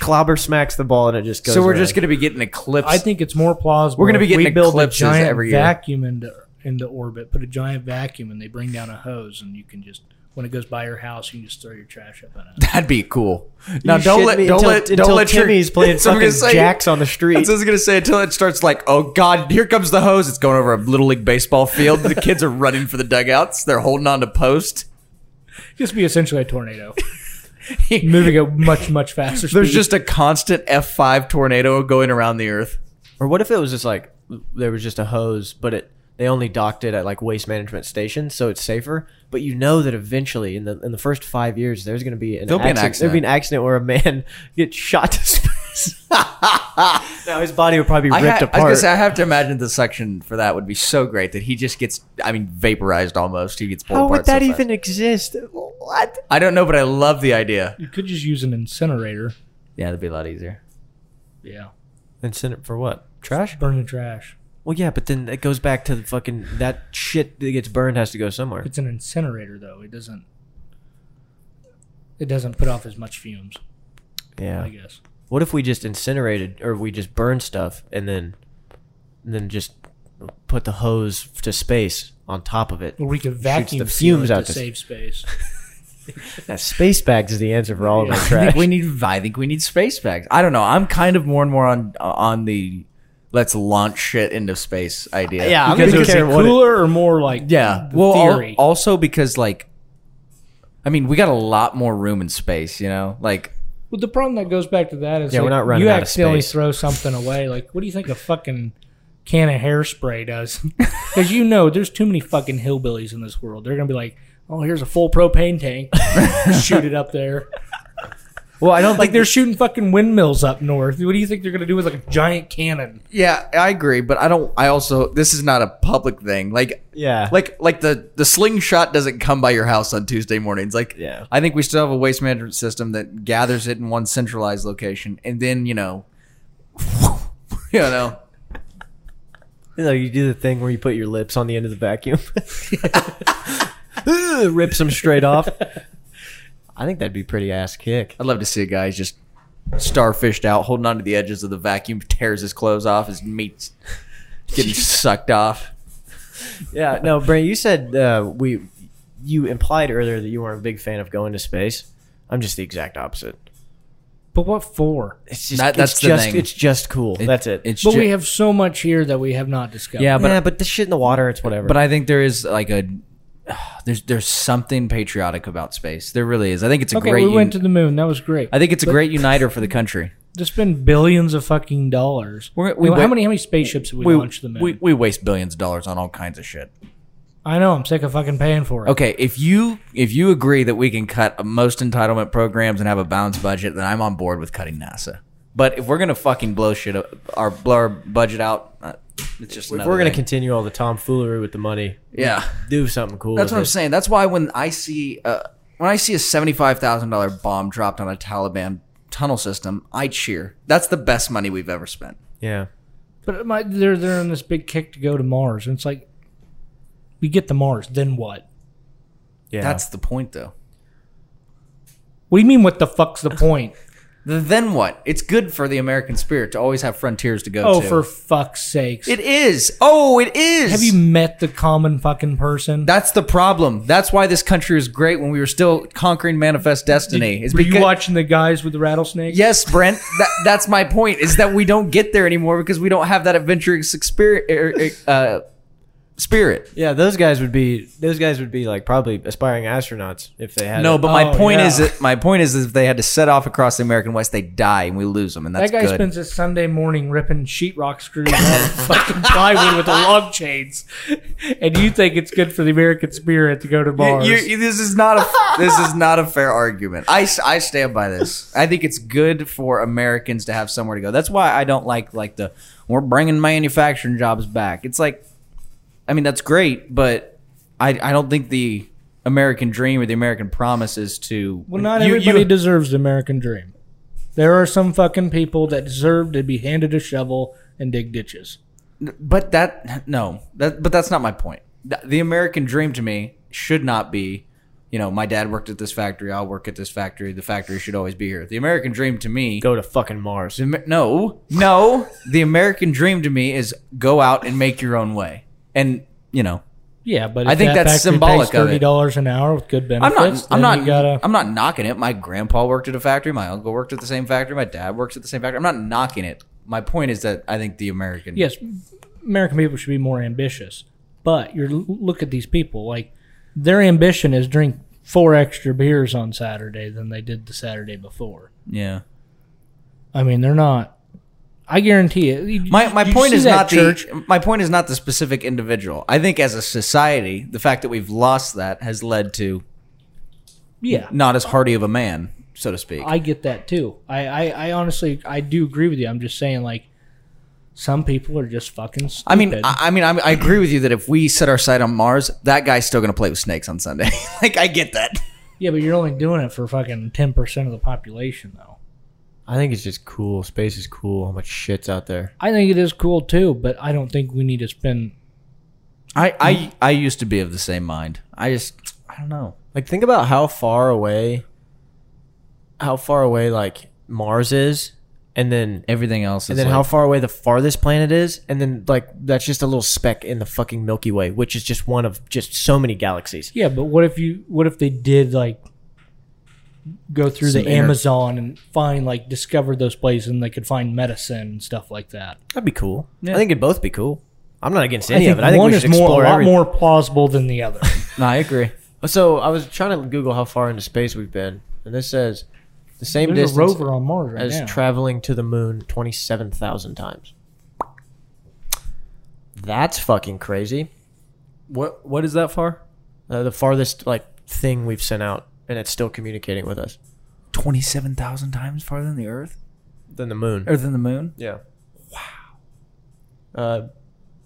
clobber smacks the ball, and it just goes. So we're away. just going to be getting eclipsed. I think it's more plausible. We're gonna be if we getting build a eclipses giant every year. vacuum into into orbit. Put a giant vacuum, and they bring down a hose, and you can just when it goes by your house, you can just throw your trash up in it. that'd be cool. Now You don't shit let me don't until- let until don't let your- Timmy's playing That's what I'm fucking gonna say. jacks on the street. That's what I was gonna say until it starts like, oh god, here comes the hose. It's going over a little league baseball field. The kids are running for the dugouts. They're holding on to posts. Just be essentially a tornado, moving at much much faster. There's speed. just a constant F5 tornado going around the earth. Or what if it was just like there was just a hose, but it they only docked it at like waste management stations, so it's safer. But you know that eventually, in the in the first five years, there's going to be an There'll be an accident. There'll be an accident where a man gets shot to space. now his body would probably be I, ripped ha- I was apart. gonna say I have to imagine the section for that would be so great that he just gets, I mean, vaporized almost. He gets pulled How apart. would that so fast. even exist? What? I don't know, but I love the idea. you could just use an incinerator. Yeah, that'd be a lot easier. Yeah, And send it for what? Trash? burn the trash. Well, yeah, but then it goes back to the fucking that shit that gets burned has to go somewhere. It's an incinerator though. It doesn't. It doesn't put off as much fumes. Yeah. I guess. What if we just incinerated or we just burn stuff and then and then just put the hose to space on top of it? Or we could Shoots vacuum the seal fumes it out to- to save space. Yeah, space bags is the answer for all of I our think trash. we need. I think we need space bags. I don't know. I'm kind of more and more on on the let's launch shit into space idea. Yeah, I'm Because gonna it's care what it- cooler or more like yeah. the Well, al- theory. also because like, I mean, we got a lot more room in space. You know, like Well, the problem that goes back to that is Yeah, like, we're not running you out of accidentally space. throw something away. Like, what do you think a fucking can of hairspray does? Because you know, there's too many fucking hillbillies in this world. They're gonna be like, oh, here's a full propane tank, shoot it up there. well, I don't Like they're shooting fucking windmills up north. What do you think they're gonna do with like a giant cannon? yeah, I agree, but I don't. I also this is not a public thing. Like Yeah. like like the the slingshot doesn't come by your house on Tuesday mornings. Like Yeah. I think we still have a waste management system that gathers it in one centralized location, and then you know, you know. you, know, you do the thing where you put your lips on the end of the vacuum, Ugh, rips them straight off. I think that'd be pretty ass kick. I'd love to see a guy just starfished out, holding onto the edges of the vacuum, tears his clothes off, his meat's getting sucked off. Yeah, no, Brent, you said uh, we you implied earlier that you weren't a big fan of going to space. I'm just the exact opposite. But what for? It's just That- it's that's the just thing. it's just cool. that's it. It's But ju- we have so much here that we have not discovered. yeah, Uh, but, but yeah, but the shit in the water, it's whatever. but I think there is like a there's there's something patriotic about space. There really is. I think it's a Okay, great. we uni- went to the moon. That was great. I think it's a great uniter for the country. to spend billions of fucking dollars. We're- we You know, how went- many how many spaceships have we, We, launched to the moon? we we waste billions of dollars on all kinds of shit. I know. I'm sick of fucking paying for it. Okay, if you if you agree that we can cut most entitlement programs and have a balanced budget, then I'm on board with cutting NASA. But if we're gonna fucking blow shit up, our blow our budget out, uh, it's just if another we're gonna thing. continue all the tomfoolery with the money, yeah. do something cool. That's what I'm with saying. That's why when I see uh, when I see a seventy five thousand dollar bomb dropped on a Taliban tunnel system, I cheer. That's the best money we've ever spent. it. Yeah, But my, they're they're on this big kick to go to Mars, and it's like, we get to Mars, then what? yeah. That's the point, though. What do you mean? What the fuck's the point? Th- Then what? It's good for the American spirit to always have frontiers to go Oh, to. for fuck's sakes! it is. Oh, it is. Have you met the common fucking person? That's the problem. That's why this country was great when we were still conquering manifest destiny. It's Were you because watching the guys with the rattlesnake? yes, Brent. That, that's my point. Is that we don't get there anymore because we don't have that adventurous experience. Uh, spirit. Yeah, those guys would be those guys would be like probably aspiring astronauts if they had No, it. but my Oh, point yeah. is that my point is if they had to set off across the American West, they die and we lose them, and that's that guy good. spends his Sunday morning ripping sheetrock screws out of fucking plywood with the log chains, and you think it's good for the American spirit to go to You- bars? you- you- this is not a this is not a fair argument. I, s- I stand by this. I think it's good for Americans to have somewhere to go. That's why I don't like like the we're bringing manufacturing jobs back. It's like, I mean that's great, but I I don't think the American dream or the American promise is to well, not you- you- everybody deserves the American dream. There are some fucking people that deserve to be handed a shovel and dig ditches. but that no that but that's not my point Th- the american dream to me should not be you know my dad worked at this factory i'll work at this factory the factory should always be here the american dream to me go to fucking Mars. the Amer- no no the american dream to me is go out and make your own way and you know Yeah, but I if think that that's factory symbolic Pays of it. Thirty dollars an hour with good i'm benefits. not i'm then not You gotta, i'm not knocking it my grandpa worked at a factory my uncle worked at the same factory my dad works at the same factory i'm not knocking it my point is that i think the american yes, American people should be more ambitious. But you are look at these people like their ambition is drink four extra beers on Saturday than they did the Saturday before. yeah I mean, they're not. I guarantee it. You- My, my you point see is that not the my point is not the specific individual. I think as a society, the fact that we've lost that has led to Yeah, not as hardy of a man, so to speak. I get that too. I, I I honestly I do agree with you. I'm just saying like some people are just fucking. Stupid. I mean, I, I mean, I'm, I agree with you that if we set our sight on Mars, that guy's still going to play with snakes on Sunday. like, I get that. yeah, but you're only doing it for fucking ten percent of the population though. I think it's just cool. Space is cool. How much shit's out there. I think it is cool too, but I don't think we need to spend I, I, I used to be of the same mind. I just, I don't know. Like think about how far away how far away like Mars is and then Everything else is and then like, how far away the farthest planet is and then like that's just a little speck in the fucking Milky Way, which is just one of just so many galaxies. Yeah, but what if you what if they did like go through Some the inner- Amazon and find like discover those places and they could find medicine and stuff like that. That'd be cool. Yeah. I think it'd both be cool. I'm not against any of it. I think one we is should more explore a lot everything. more plausible than the other. No, I agree. So I was trying to Google how far into space we've been, and this says the same There's a distance rover on Mars right as now. traveling to the moon twenty-seven thousand times. That's fucking crazy. What What is that far? Uh, the farthest like thing we've sent out, and it's still communicating with us Twenty seven thousand times farther than the Earth than the moon. Er- or than the Moon. Yeah. Wow. Uh,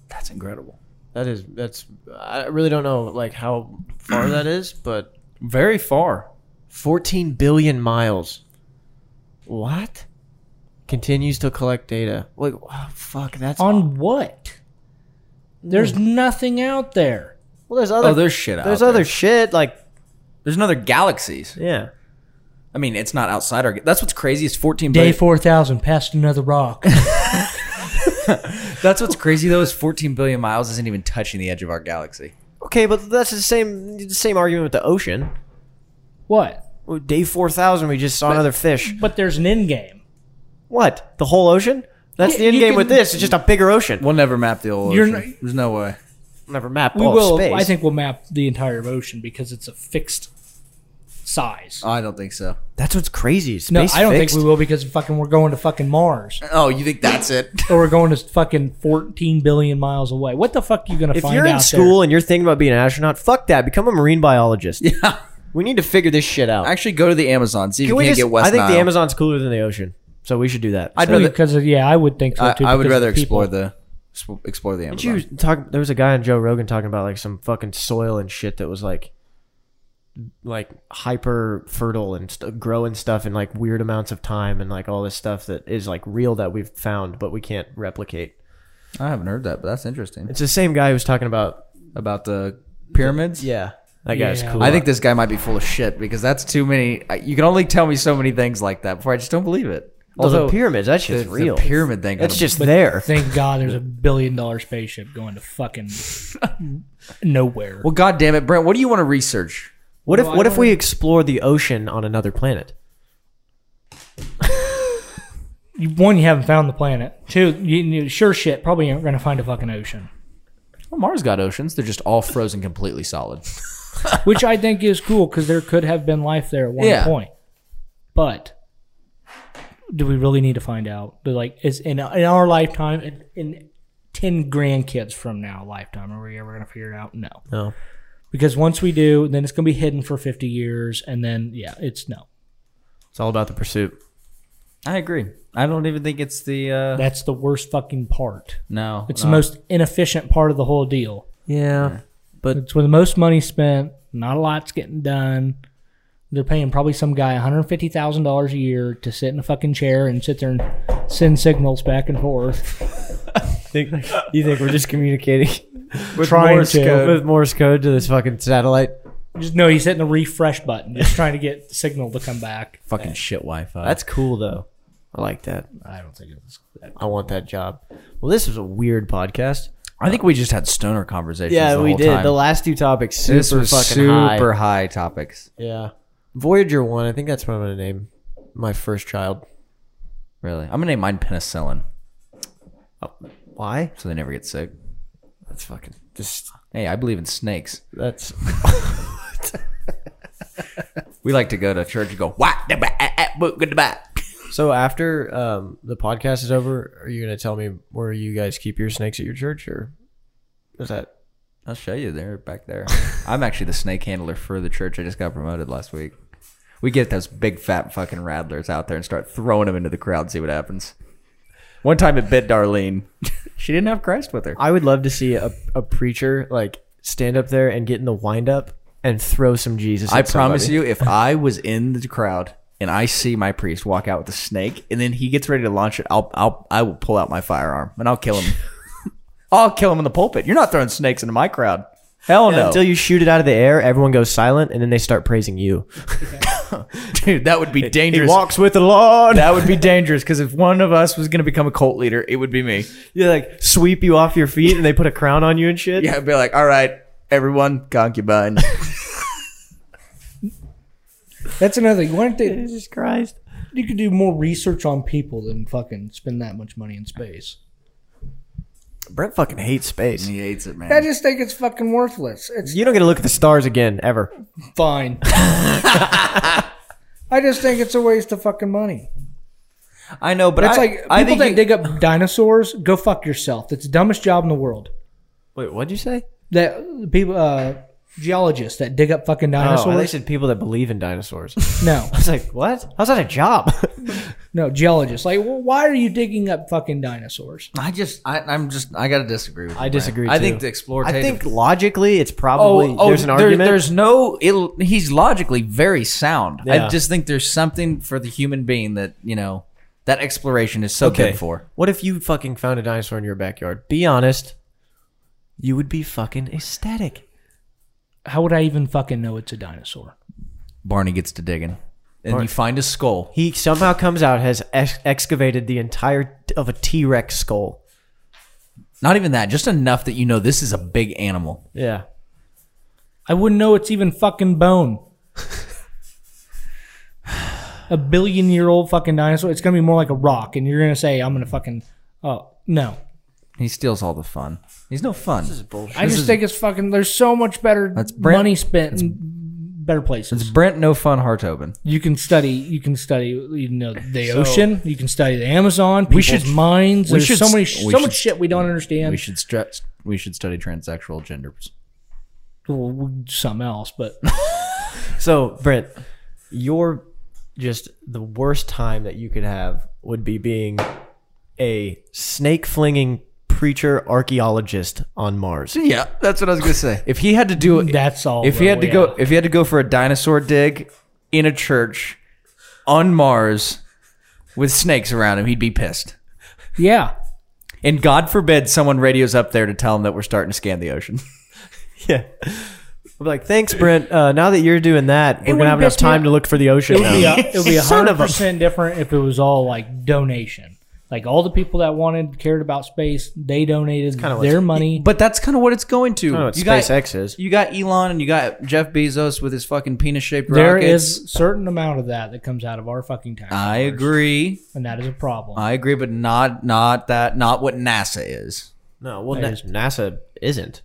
That's incredible. that is that's I really don't know like how far that is, but Very far. fourteen billion miles. What? Continues to collect data. Like, oh, fuck, that's on what? There's nothing out there. Well, there's other oh, there's shit out there's there. other shit like There's another galaxies. yeah. I mean, it's not outside our. That's what's crazy is 14 Day billion. four thousand past another rock. that's what's crazy though is 14 billion miles isn't even touching the edge of our galaxy. Okay, but that's the same the same argument with the ocean. what? Well, Day four thousand, we just saw another fish. But there's an end game. What? The whole ocean? That's Yeah, the end you game can- with this. It's just a bigger ocean. We'll never map the whole You're ocean. not- There's no way. We'll never map We all of will. Oh, space. I think we'll map the entire ocean because it's a fixed size. Oh, I don't think so. that's what's crazy. No, Space I don't fixed. think we will because fucking we're going to fucking Mars Oh, you think that's it? or we're going to fucking 14 billion miles away. What the fuck are you going to If find you're in out school and you're thinking about being an astronaut, fuck that. Become a marine biologist. yeah. We need to figure this shit out. Actually, go to the Amazon. See if you we can't just- get West I think the Nile. Amazon's cooler than the ocean, so we should do that. I'd So- there? rather. Because, of- yeah, I would think so I, too. I would because rather of people. explore the expo- explore the Did Amazon. you talk? There was a guy on Joe Rogan talking about like some fucking soil and shit that was like, like hyper fertile and st- growing stuff in like weird amounts of time and like all this stuff that is like real that we've found but we can't replicate. I haven't heard that, but that's interesting. It's the same guy who was talking about About the pyramids. yeah, That guy's Yeah. cool. I think this guy might be full of shit because that's too many. I- You can only tell me so many things like that before I just don't believe it. Well, the pyramids, that shit's the- the real. pyramid thing. That's just there. Thank God there's a billion dollar spaceship going to fucking nowhere. well, God damn it, Brent. What do you want to research? What if Well, I what if wanna- we explore the ocean on another planet? You- One, you haven't found the planet. Two, you, you sure shit probably aren't going to find a fucking ocean, Well, Mars got oceans. They're just all frozen completely solid. which I think is cool because there could have been life there at one Yeah. point. But do we really need to find out? But like, is in in our lifetime, in, in ten grandkids from now lifetime, are we ever going to figure it out? No, No. because once we do, then it's going to be hidden for fifty years, and then yeah, it's no. It's all about the pursuit. I agree. I don't even think it's the uh, That's the worst fucking part. no. It's no. the most inefficient part of the whole deal. Yeah. It's where the most money spent. Not a lot's getting done. They're paying probably some guy one hundred fifty thousand dollars a year to sit in a fucking chair and sit there and send signals back and forth. Think, you think we're just communicating With trying Morse to- code. with Morse code to this fucking satellite? Just no, he's hitting the refresh button, just trying to get the signal to come back. fucking shit Wi-Fi. That's cool though. I like that. I don't think it was. I want that job. Well, this was a weird podcast. I think we just had stoner conversations. the whole Time. The last two topics super this was fucking super high. high topics. Yeah. Voyager one. I think that's what I'm gonna name my first child. Really, I'm gonna name mine penicillin, Why? so they never get sick. That's fucking just. Hey, I believe in snakes. That's We like to go to church and go what the ba- ah, ah, boo, good goodbye. so. After um, the podcast is over, are you gonna tell me where you guys keep your snakes at your church, or is that? I'll show you there back there. I'm actually the snake handler for the church. I just got promoted last week. We get those big fat fucking rattlers out there and start throwing them into the crowd. See what happens. One time it bit Darlene. she didn't have Christ with her. I would love to see a, a preacher like stand up there and get in the wind up and throw some Jesus. I at promise somebody. you, if I was in the crowd and I see my priest walk out with a snake, and then he gets ready to launch it, I'll, I'll, I will pull out my firearm and I'll kill him. I'll kill him in the pulpit. You're not throwing snakes into my crowd. Hell no, Until you shoot it out of the air, everyone goes silent, and then they start praising you. dude. That would be dangerous. with the Lord. that would be dangerous because if one of us was going to become a cult leader, it would be me. They like sweep you off your feet, and they put a crown on you and shit. Yeah, I'd be like, all right, everyone, concubine. That's another thing. Why don't they? Jesus Christ. You could do more research on people than fucking spend that much money in space. Brent fucking hates space. he hates it, man. I just think it's fucking worthless. It's You don't get to look at the stars again ever. fine. I just think it's a waste of fucking money. I know, but That's I, like people I think that you- dig up dinosaurs. Go fuck yourself. That's the dumbest job in the world. Wait, what'd you say? That people, uh, geologists that dig up fucking Oh, they dinosaurs. said people that believe in dinosaurs. I no, was like, what? How's that a job? no, geologists. Like, well, why are you digging up fucking dinosaurs? I just, I, I'm just, I gotta disagree with. I you, Brian. disagree, I too. think the explorative. I think logically, it's probably Oh, there's an Oh, there- argument. There's no. It, he's logically very sound. I Yeah. just think there's something for the human being that you know that exploration is so good for. What if you fucking found a dinosaur in your backyard? Be honest, you would be fucking ecstatic. How would I even fucking know it's a dinosaur? Barney gets to digging, and you find a skull. He somehow comes out has ex- excavated the entire t- of a T Rex skull. Not even that, just enough that you know this is a big animal. Yeah, I wouldn't know it's even fucking bone. a billion year old fucking dinosaur. It's gonna be more like a rock, and you're gonna say, "I'm gonna fucking." Oh no, He steals all the fun. He's no fun. This is bullshit. I just think it's fucking. There's so much better That's Brent- money spent in better places. Brent no fun Hartoben. you can study. You can study. You know the ocean. You can study the Amazon. People's should- minds. we There's should so many, st- so we should much shit we don't understand. We should stress. We should study transsexual genders. Well, we- something else, but So, Brent, your just the worst time that you could have would be being a snake flinging preacher archaeologist on Mars. Yeah, that's what I was gonna say. If he had to do it, that's all. if he well, had to yeah. go if he had to go for a dinosaur dig in a church on Mars with snakes around him, he'd be pissed. yeah, And God forbid someone radios up there to tell him that we're starting to scan the ocean. Yeah. I'll be like, thanks, Brent. Uh, now that you're doing that, we're would've gonna have enough pissed me time to look for the ocean. It would be now. a, it would be a Son hundred of a- percent different if it was all like donation. Like all the people that wanted cared about space, they donated kinda their what's- money. But that's kind of what it's going to. I don't know what you got SpaceX is. you got Elon and you got Jeff Bezos with his fucking penis shaped rockets. There is certain amount of that that comes out of our fucking tax. I dollars, agree. and that is a problem. I agree, but not not that not what NASA is. No, well, That Na- is- NASA isn't.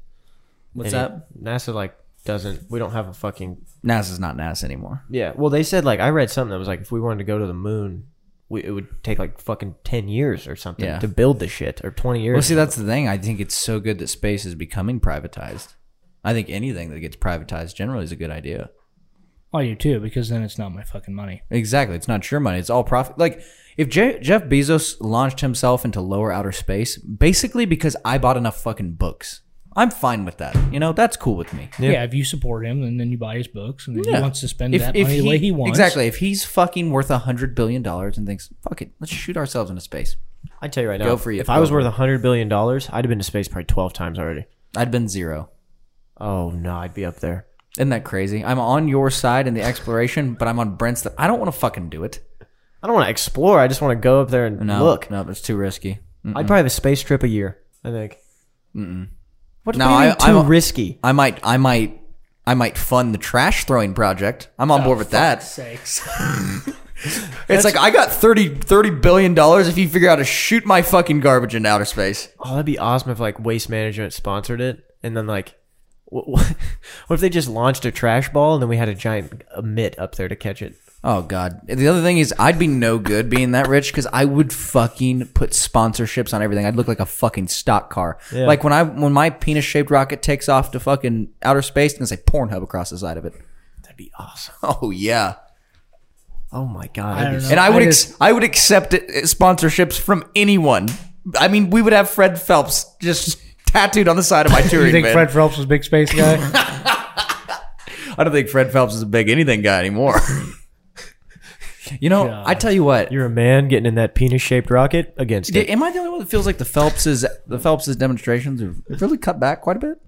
What's Any- that? NASA like doesn't. We don't have a fucking NASA's not NASA anymore. yeah. Well, they said like I read something that was like if we wanted to go to the moon, we, it would take like fucking ten years or something Yeah. to build the shit or twenty years. Well, see, that's the thing. I think it's so good that space is becoming privatized. I think anything that gets privatized generally is a good idea. I do too, because then it's not my fucking money. Exactly. It's not your money. It's all profit. Like if Je- Jeff Bezos launched himself into lower outer space, basically because I bought enough fucking books. I'm fine with that. You know, that's cool with me. Yeah. Yeah, if you support him, and then you buy his books, and then Yeah. he wants to spend that money the way he wants. Exactly. If he's fucking worth a hundred billion dollars and thinks, fuck it, let's shoot ourselves into space. I tell you right now, Go for it. if I was Go for worth a hundred billion dollars, I'd have been to space probably twelve times already. I'd been zero. Oh no, I'd be up there. Isn't that crazy? I'm on your side in the exploration, but I'm on Brent's. I don't want to fucking do it. I don't want to explore. I just want to go up there and No, look. no, it's too risky. Mm. I'd probably have a space trip a year. I think. What? No, No, I, I- too I'm- risky. I might, I might, I might fund the trash throwing project. I'm on board with that. Sakes. It's like I got 30, 30 billion dollars if you figure out how to shoot my fucking garbage into outer space. Oh, that'd be awesome if like Waste Management sponsored it, and then like, what, what if they just launched a trash ball and then we had a giant uh, mitt up there to catch it? Oh god. The other thing is I'd be no good being that rich cuz I would fucking put sponsorships on everything. I'd look like a fucking stock car. Yeah. Like when I when my penis-shaped rocket takes off to fucking outer space and say Pornhub across the side of it. That'd be awesome. Oh yeah. Oh my god. I that'd be don't so- know. And I would I ex- I would accept it, it- sponsorships from anyone. I mean, we would have Fred Phelps just tattooed on the side of my touring You think van. Fred Phelps was a big space guy? I don't think Fred Phelps is a big anything guy anymore. you know, I tell you what. You're a man getting in that penis-shaped rocket against Did, it. am I the only one that feels like the Phelps's the Phelps's demonstrations have really cut back quite a bit?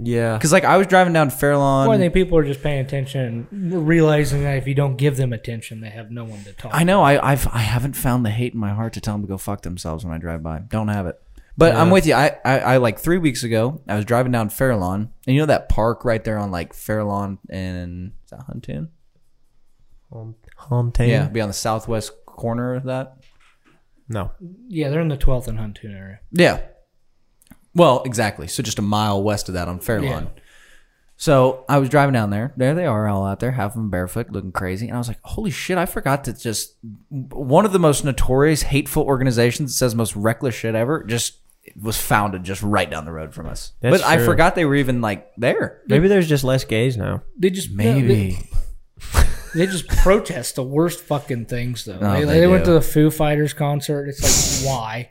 Yeah. Because like I was driving down Fairlawn. well, I think people are just paying attention, and realizing that if you don't give them attention, they have no one to talk. I know I I've I haven't found the hate in my heart to tell them to go fuck themselves when I drive by. Don't have it. But I'm with you. I, I I like three weeks ago I was driving down Fairlawn, and you know that park right there on like Fairlawn and is that Huntoon? Home, hometown. Yeah, be on the southwest corner of that. No. Yeah, they're in the 12th and Huntoon area. Yeah. Well, exactly. So just a mile west of that on Fairlawn. So I was driving down there. There they are, all out there, half of them barefoot, looking crazy. And I was like, "Holy shit!" I forgot that just one of the most notorious, hateful organizations that says most reckless shit ever just was founded just right down the road from us. That's but I true. forgot they were even like there. Maybe there's just less gays now. They just Maybe They just protest the worst fucking things, though. No, they Oh, they they went do. to the Foo Fighters concert. It's like, why?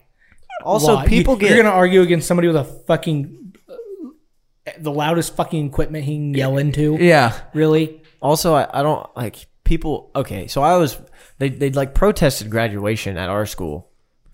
Also, Why? people You- get. You're gonna argue against somebody with a fucking uh, the loudest fucking equipment he can yell into. yeah. Really? also I, I don't like people okay so i was they they like protested graduation at our school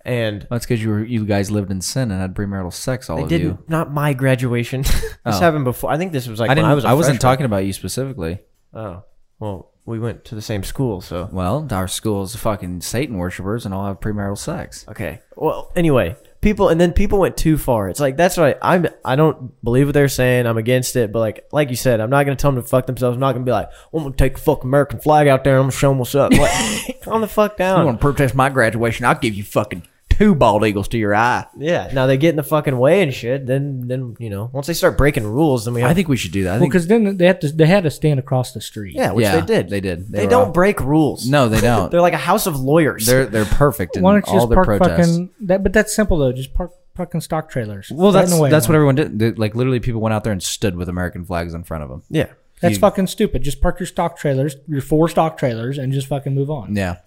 and That's because you were you guys lived in sin and had premarital sex. All they of didn't you. Oh. not my graduation this happened before i think this was like I when didn't. I, i was I I wasn't talking about you specifically. oh well we went to the same school so Well, our school's fucking Satan worshippers and all have premarital sex. Okay. Well, anyway, people and then people went too far. It's like that's right. I'm I don't believe what they're saying. I'm against it. But like like you said, I'm not gonna tell them to fuck themselves. I'm not gonna be like I'm gonna take the fucking American flag out there. and I'm gonna show them what's up. Like, calm the fuck You down. want to protest my graduation? I'll give you fucking two bald eagles to your eye. Yeah. Now they get in the fucking way and shit. Then then you know once they start breaking rules, then we have, I think we should do that. I Well, think, because then they had to they had to stand across the street. yeah, which yeah, they did. They did. They, were don't all- break rules. no, they don't. They're like a house of lawyers. they're they're perfect in Why don't you all just their park protests. fucking that? But that's simple though. Just park fucking stock trailers. well, Right in that's the way, that's what man. everyone did. They- like literally, people went out there and stood with American flags in front of them. yeah. That's you- fucking stupid. Just park your stock trailers, your four stock trailers, and just fucking move on. Yeah.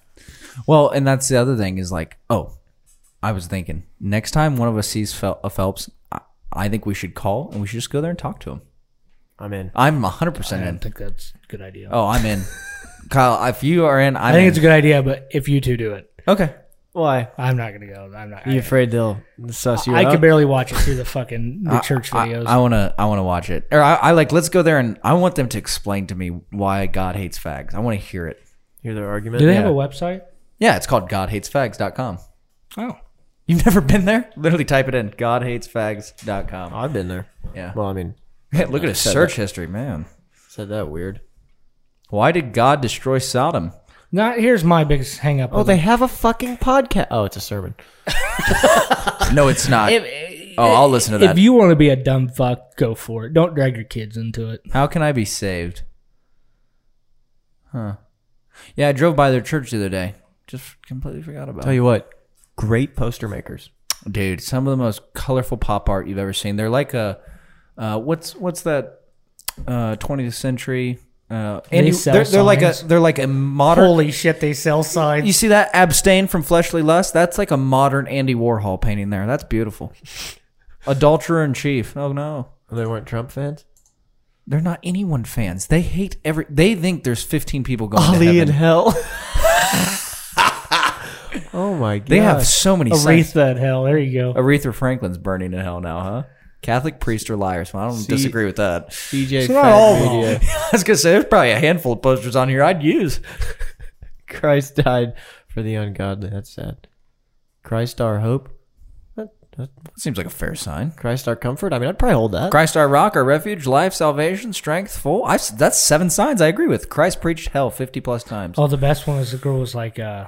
Well, and that's the other thing is like, oh, I was thinking next time one of us sees Fel- a Phelps, I, I think we should call and we should just go there and talk to him. I'm in. I'm 100 percent I in. don't think that's a good idea. Oh, I'm in. Kyle, if you are in, I'm I think in. it's a good idea, but if you two do it, Okay. Why? I'm not gonna go. I'm not. Are you I, afraid they'll suss you I out? can barely watch it through the fucking the I- church I- videos. I want to. I want to watch it. Or I, I like. Let's go there and I want them to explain to me why God hates fags. I want to hear it. hear their argument. Do they have yeah. a website? Yeah, it's called GodHatesFags.com. Oh, You've never been there? Literally type it in GodHatesFags.com. Oh, I've been there. Yeah. Well, I mean, Oh, Yeah, look at his said search history, man. said that weird. Why did God destroy Sodom? now here's my biggest hang up. Oh, they have a fucking podcast. Oh, it's a sermon. No, it's not. oh, I'll listen to that. If you want to be a dumb fuck, go for it. Don't drag your kids into it. How can I be saved? Huh. Yeah, I drove by their church the other day. Just completely forgot about Tell it. you what, great poster makers. Dude, some of the most colorful pop art you've ever seen. They're like a uh, what's what's that uh, 20th century uh, Andy, sell they're, they're like a signs. they're like a modern Holy shit, they sell signs. You see that abstain from fleshly lust? That's like a modern Andy Warhol painting there. That's beautiful. Adulterer in chief. Oh no. They weren't Trump fans. They're not anyone fans. They hate every they think there's 15 people going to Ollie in heaven. hell. oh my god. They have so many signs. Aretha in hell. There you go. Aretha Franklin's burning in hell now, huh? Catholic priests are liars. Well, I don't disagree with that. DJ not Fat all wrong. Media. I was gonna say there's probably a handful of posters on here I'd use. Christ died for the ungodly. That's sad. Christ our hope. That, that, Seems like a fair sign. Christ our comfort. I mean, I'd probably hold that. Christ our rock, our refuge, life, salvation, strength, full. I, that's seven signs I agree with. Christ preached hell 50 plus times. Oh, the best one was the girl was like, uh,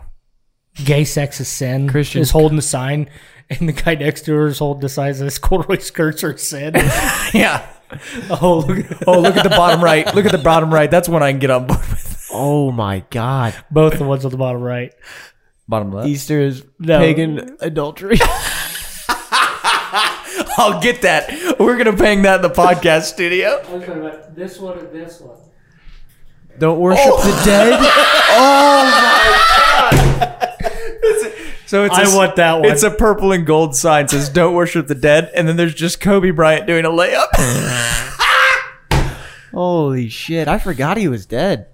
"Gay sex is sin." Christian- is holding a sign, and the guy next to her is holding the sign that says corduroy skirts are sin. Yeah. oh, look- Oh, look at the bottom right. Look at the bottom right. That's one I can get on board with. Oh my god. both the ones on the bottom right. Bottom left. Easter is No. pagan adultery. I'll get that. We're gonna bang that in the podcast studio. This one and this one. Don't worship the dead. So it's I a- want that one. It's a purple and gold sign says "Don't worship the dead," and then there's just Kobe Bryant doing a layup. Holy shit. I forgot he was dead.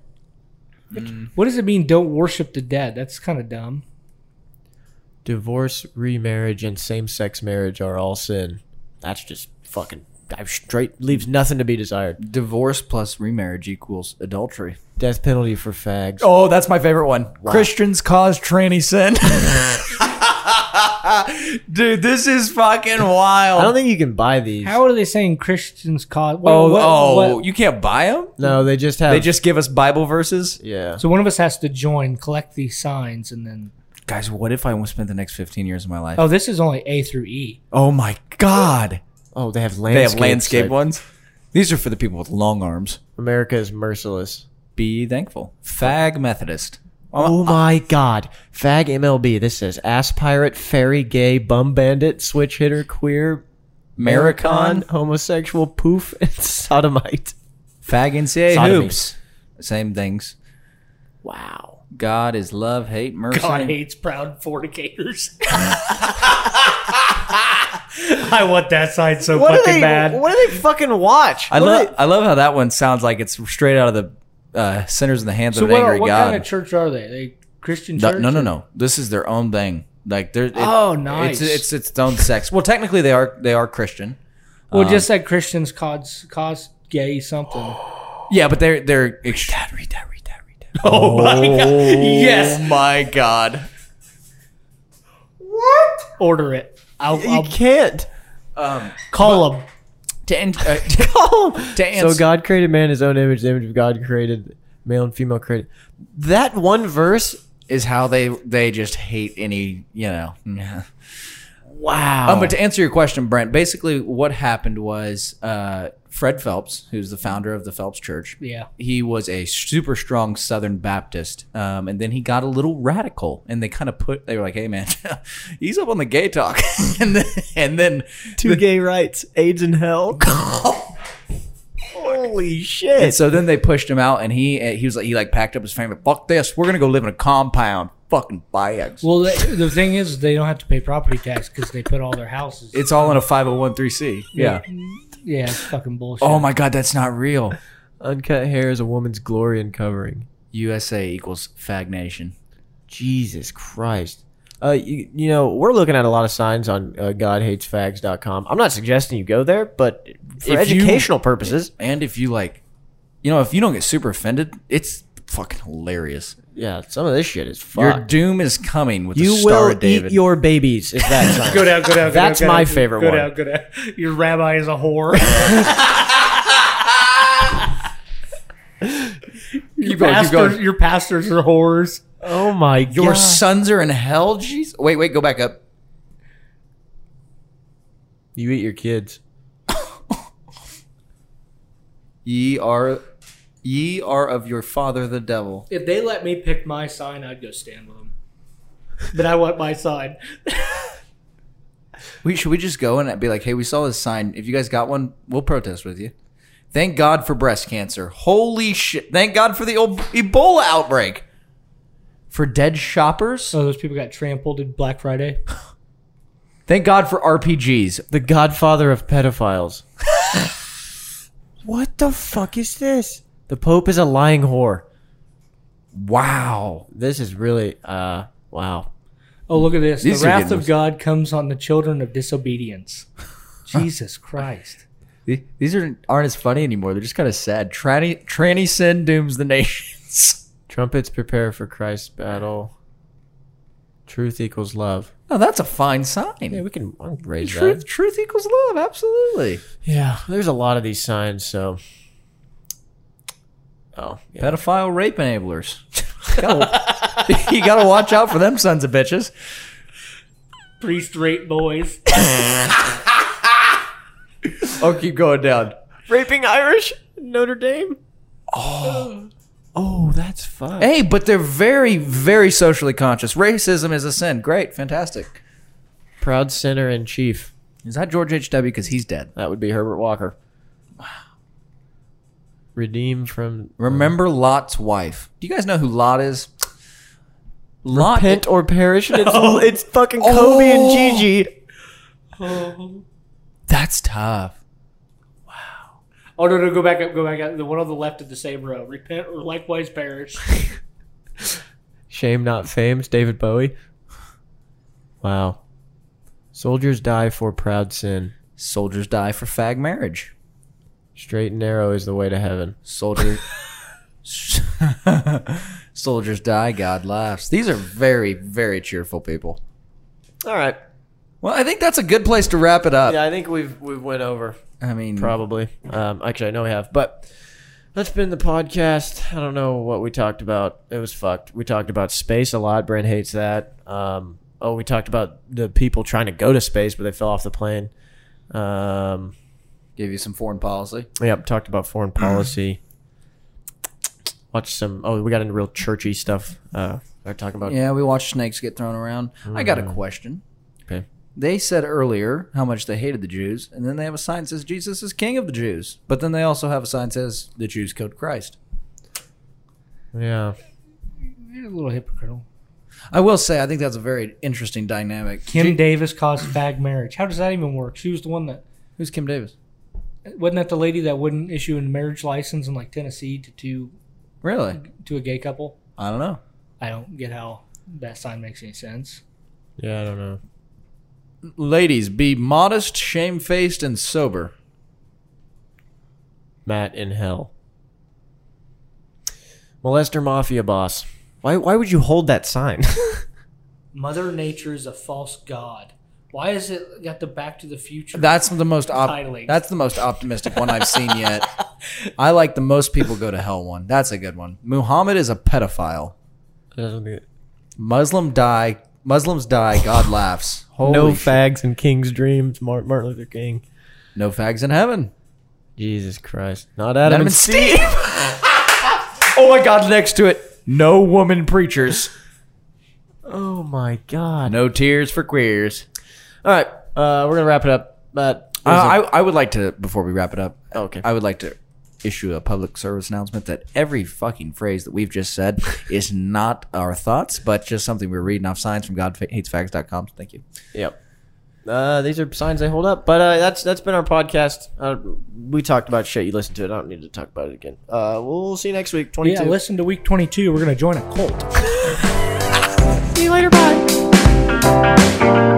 What does it mean? Don't worship the dead. That's kind of dumb. Divorce, remarriage, and same sex marriage are all sin. That's just fucking I straight leaves nothing to be desired. Divorce plus remarriage equals adultery. Death penalty for fags. Oh, that's my favorite one. Christians cause tranny sin. Dude, this is fucking wild. I don't think you can buy these. How are they saying Christians cause? What, oh, what- oh, what- Oh. you can't buy them. no, they just have They just give us Bible verses. Yeah. So one of us has to join, collect these signs, and then. Guys, what if I spent the next 15 years of my life? Oh, this is only A through E. Oh my God. Oh, they have They landscape. have landscape site. ones. These are for the people with long arms. America is merciless. Be thankful. Fag Methodist. Oh my god. Fag MLB. This says ass pirate, fairy, gay, bum bandit, switch hitter, queer, Maricon. homosexual, poof, and sodomite. Fag NCAA Sodomy. hoops. Same things. Wow. God is love, hate, mercy. God hates proud fornicators. I want that sign so What do fucking they bad. what do they fucking watch? I What do love they- I love how that one sounds like it's straight out of the uh, sinners in the hands so of an what, angry what God. kind of church are they? They Christian No- church? no, no, no. This is their own thing. Like they're it- Oh, nice. It's, it's its own sex. Well, technically they are they are Christian. Well, just that Christians cause cause gay something. Yeah, but they're they're. Ex- read that. Read that. Read that. Read that. Oh, my God. Yes. my God. Order it. I'll, you I'll can't. call them. To end, uh, to, to so ans- God created man in his own image, the image of God created male and female created. That one verse, is how they they just hate any you know. yeah. wow. Um, but to answer your question, Brent, basically what happened was uh, Fred Phelps, who's the founder of the Phelps Church, Yeah. he was a super strong Southern Baptist, um, and then he got a little radical, and they kind of put they were like, "Hey man, he's up on the gay talk," and then, and then Two gay rights, AIDS in hell. Holy and shit. so then they pushed him out, and he he was like he like packed up his family, "Fuck this, we're gonna go live in a compound, fucking biax." Well, the, the thing is, they don't have to pay property tax because they put all their houses. it's all in a 501c. Yeah. yeah, it's fucking bullshit. Oh my god, that's not real. Uncut hair is a woman's glory and covering. USA equals fag nation. Jesus Christ. Uh, you, you know, we're looking at a lot of signs on uh, GodHatesFags.com. I'm not suggesting you go there, but for If you- educational purposes, And if you like, you know, if you don't get super offended, it's fucking hilarious. yeah, some of this shit is Your fucked. doom is coming with the You Star will of David. eat your babies. Is that sign. Go down, go down. Go That's down, go my down, favorite go one. Down, go down. Your rabbi is a whore. Keep going, keep Your going. pastors, your pastors are whores. Oh my god! Your sons are in hell. Jeez. Wait, wait, go back up. you eat your kids. Ye are, ye are of your father the devil. If they let me pick my sign, I'd go stand with them. But I want my sign. We should we just go and be like, hey, we saw this sign. If you guys got one, we'll protest with you. Thank God for breast cancer. Holy shit! Thank God for the old Ebola outbreak. For dead shoppers. So those people got trampled in Black Friday. Thank God for RPGs. The Godfather of pedophiles. what the fuck is this? The Pope is a lying whore. Wow. This is really uh wow. Oh, look at this. These are the wrath getting of worse. God comes on the children of disobedience. Jesus Christ. Th- These are aren't as funny anymore. They're just kind of sad. Tranny tranny sin dooms the nations. Trumpets prepare for Christ's battle. Truth equals love. Oh, that's a fine sign. Yeah, we can I'll raise truth, that. truth equals love. Absolutely. Yeah, there's a lot of these signs. So, oh, yeah. Pedophile rape enablers. Gotta- you gotta watch out for them sons of bitches. Priest rape boys. Oh, keep going down. raping Irish Notre Dame. Oh, oh, that's fun. Hey, but they're very, very socially conscious. Racism is a sin. Great, fantastic. Proud sinner in chief. Is that George H. W. Because he's dead. That would be Herbert Walker. Redeemed from Remember Lot's wife. Do you guys know who Lot is? Lot. Oh. repent or perish. And it's, it's fucking Kobe and Gigi. That's tough. Oh no no go back up go back up the one on the left of the same row repent or likewise perish Shame not fame's David Bowie. Wow. Soldiers die for proud sin. Soldiers die for fag marriage. Straight and narrow is the way to heaven. Soldier. Soldiers die, God laughs. These are very, very cheerful people. All right. Well, I think that's a good place to wrap it up. Yeah, I think we've we've went over I mean, probably. Um, actually, I know we have, but that's been the podcast. I don't know what we talked about. It was fucked. We talked about space a lot. Brent hates that. Um, oh, we talked about the people trying to go to space, but they fell off the plane. Um, give you some foreign policy. Yep, talked about foreign policy. Watched some. Oh, we got into real churchy stuff. Uh, they're talking about. Yeah, we watched snakes get thrown around. I got a question. Mm. Okay. They said earlier how much they hated the Jews, and then they have a sign that says Jesus is King of the Jews. But then they also have a sign that says the Jews killed Christ. Yeah. You're a little hypocritical I will say, I think that's a very interesting dynamic. Kim Ju- Davis caused fag marriage how does that even work she was the one that Who's Kim Davis? wasn't that the lady that wouldn't issue a marriage license in like Tennessee to two Really? to a gay couple I don't know. I don't get how that sign makes any sense Yeah, I don't know. Ladies, be modest, shamefaced, and sober. Matt in hell. Molester mafia boss. Why? Why would you hold that sign? Mother Nature is a false god why is it got the Back to the Future That's the most op- Titling. that's the most optimistic one I've seen yet. I like the most people go to hell one. That's a good one. Muhammad is a pedophile. Muslim die. Muslims die. God laughs. Holy no sh- fags and king's dreams. Mar- Martin Luther King. no fags in heaven. Jesus Christ. Not Adam, Adam and and Steve. Steve. oh my God! Next to it, no woman preachers. Oh my God. No tears for queers. All right. Uh, we're gonna wrap it up. But Uh, I I would like to before we wrap it up. okay. I would like to issue a public service announcement that every fucking phrase that we've just said is not our thoughts, but just something we're reading off signs from GodHatesFags.com. Thank you. Yep. Uh, these are signs they hold up, but uh, that's that's been our podcast. Uh, we talked about shit. You listened to it. I don't need to talk about it again. Uh, we'll see you next week. Twenty two. yeah listen to week 22 we're gonna join a cult see you later. Bye. I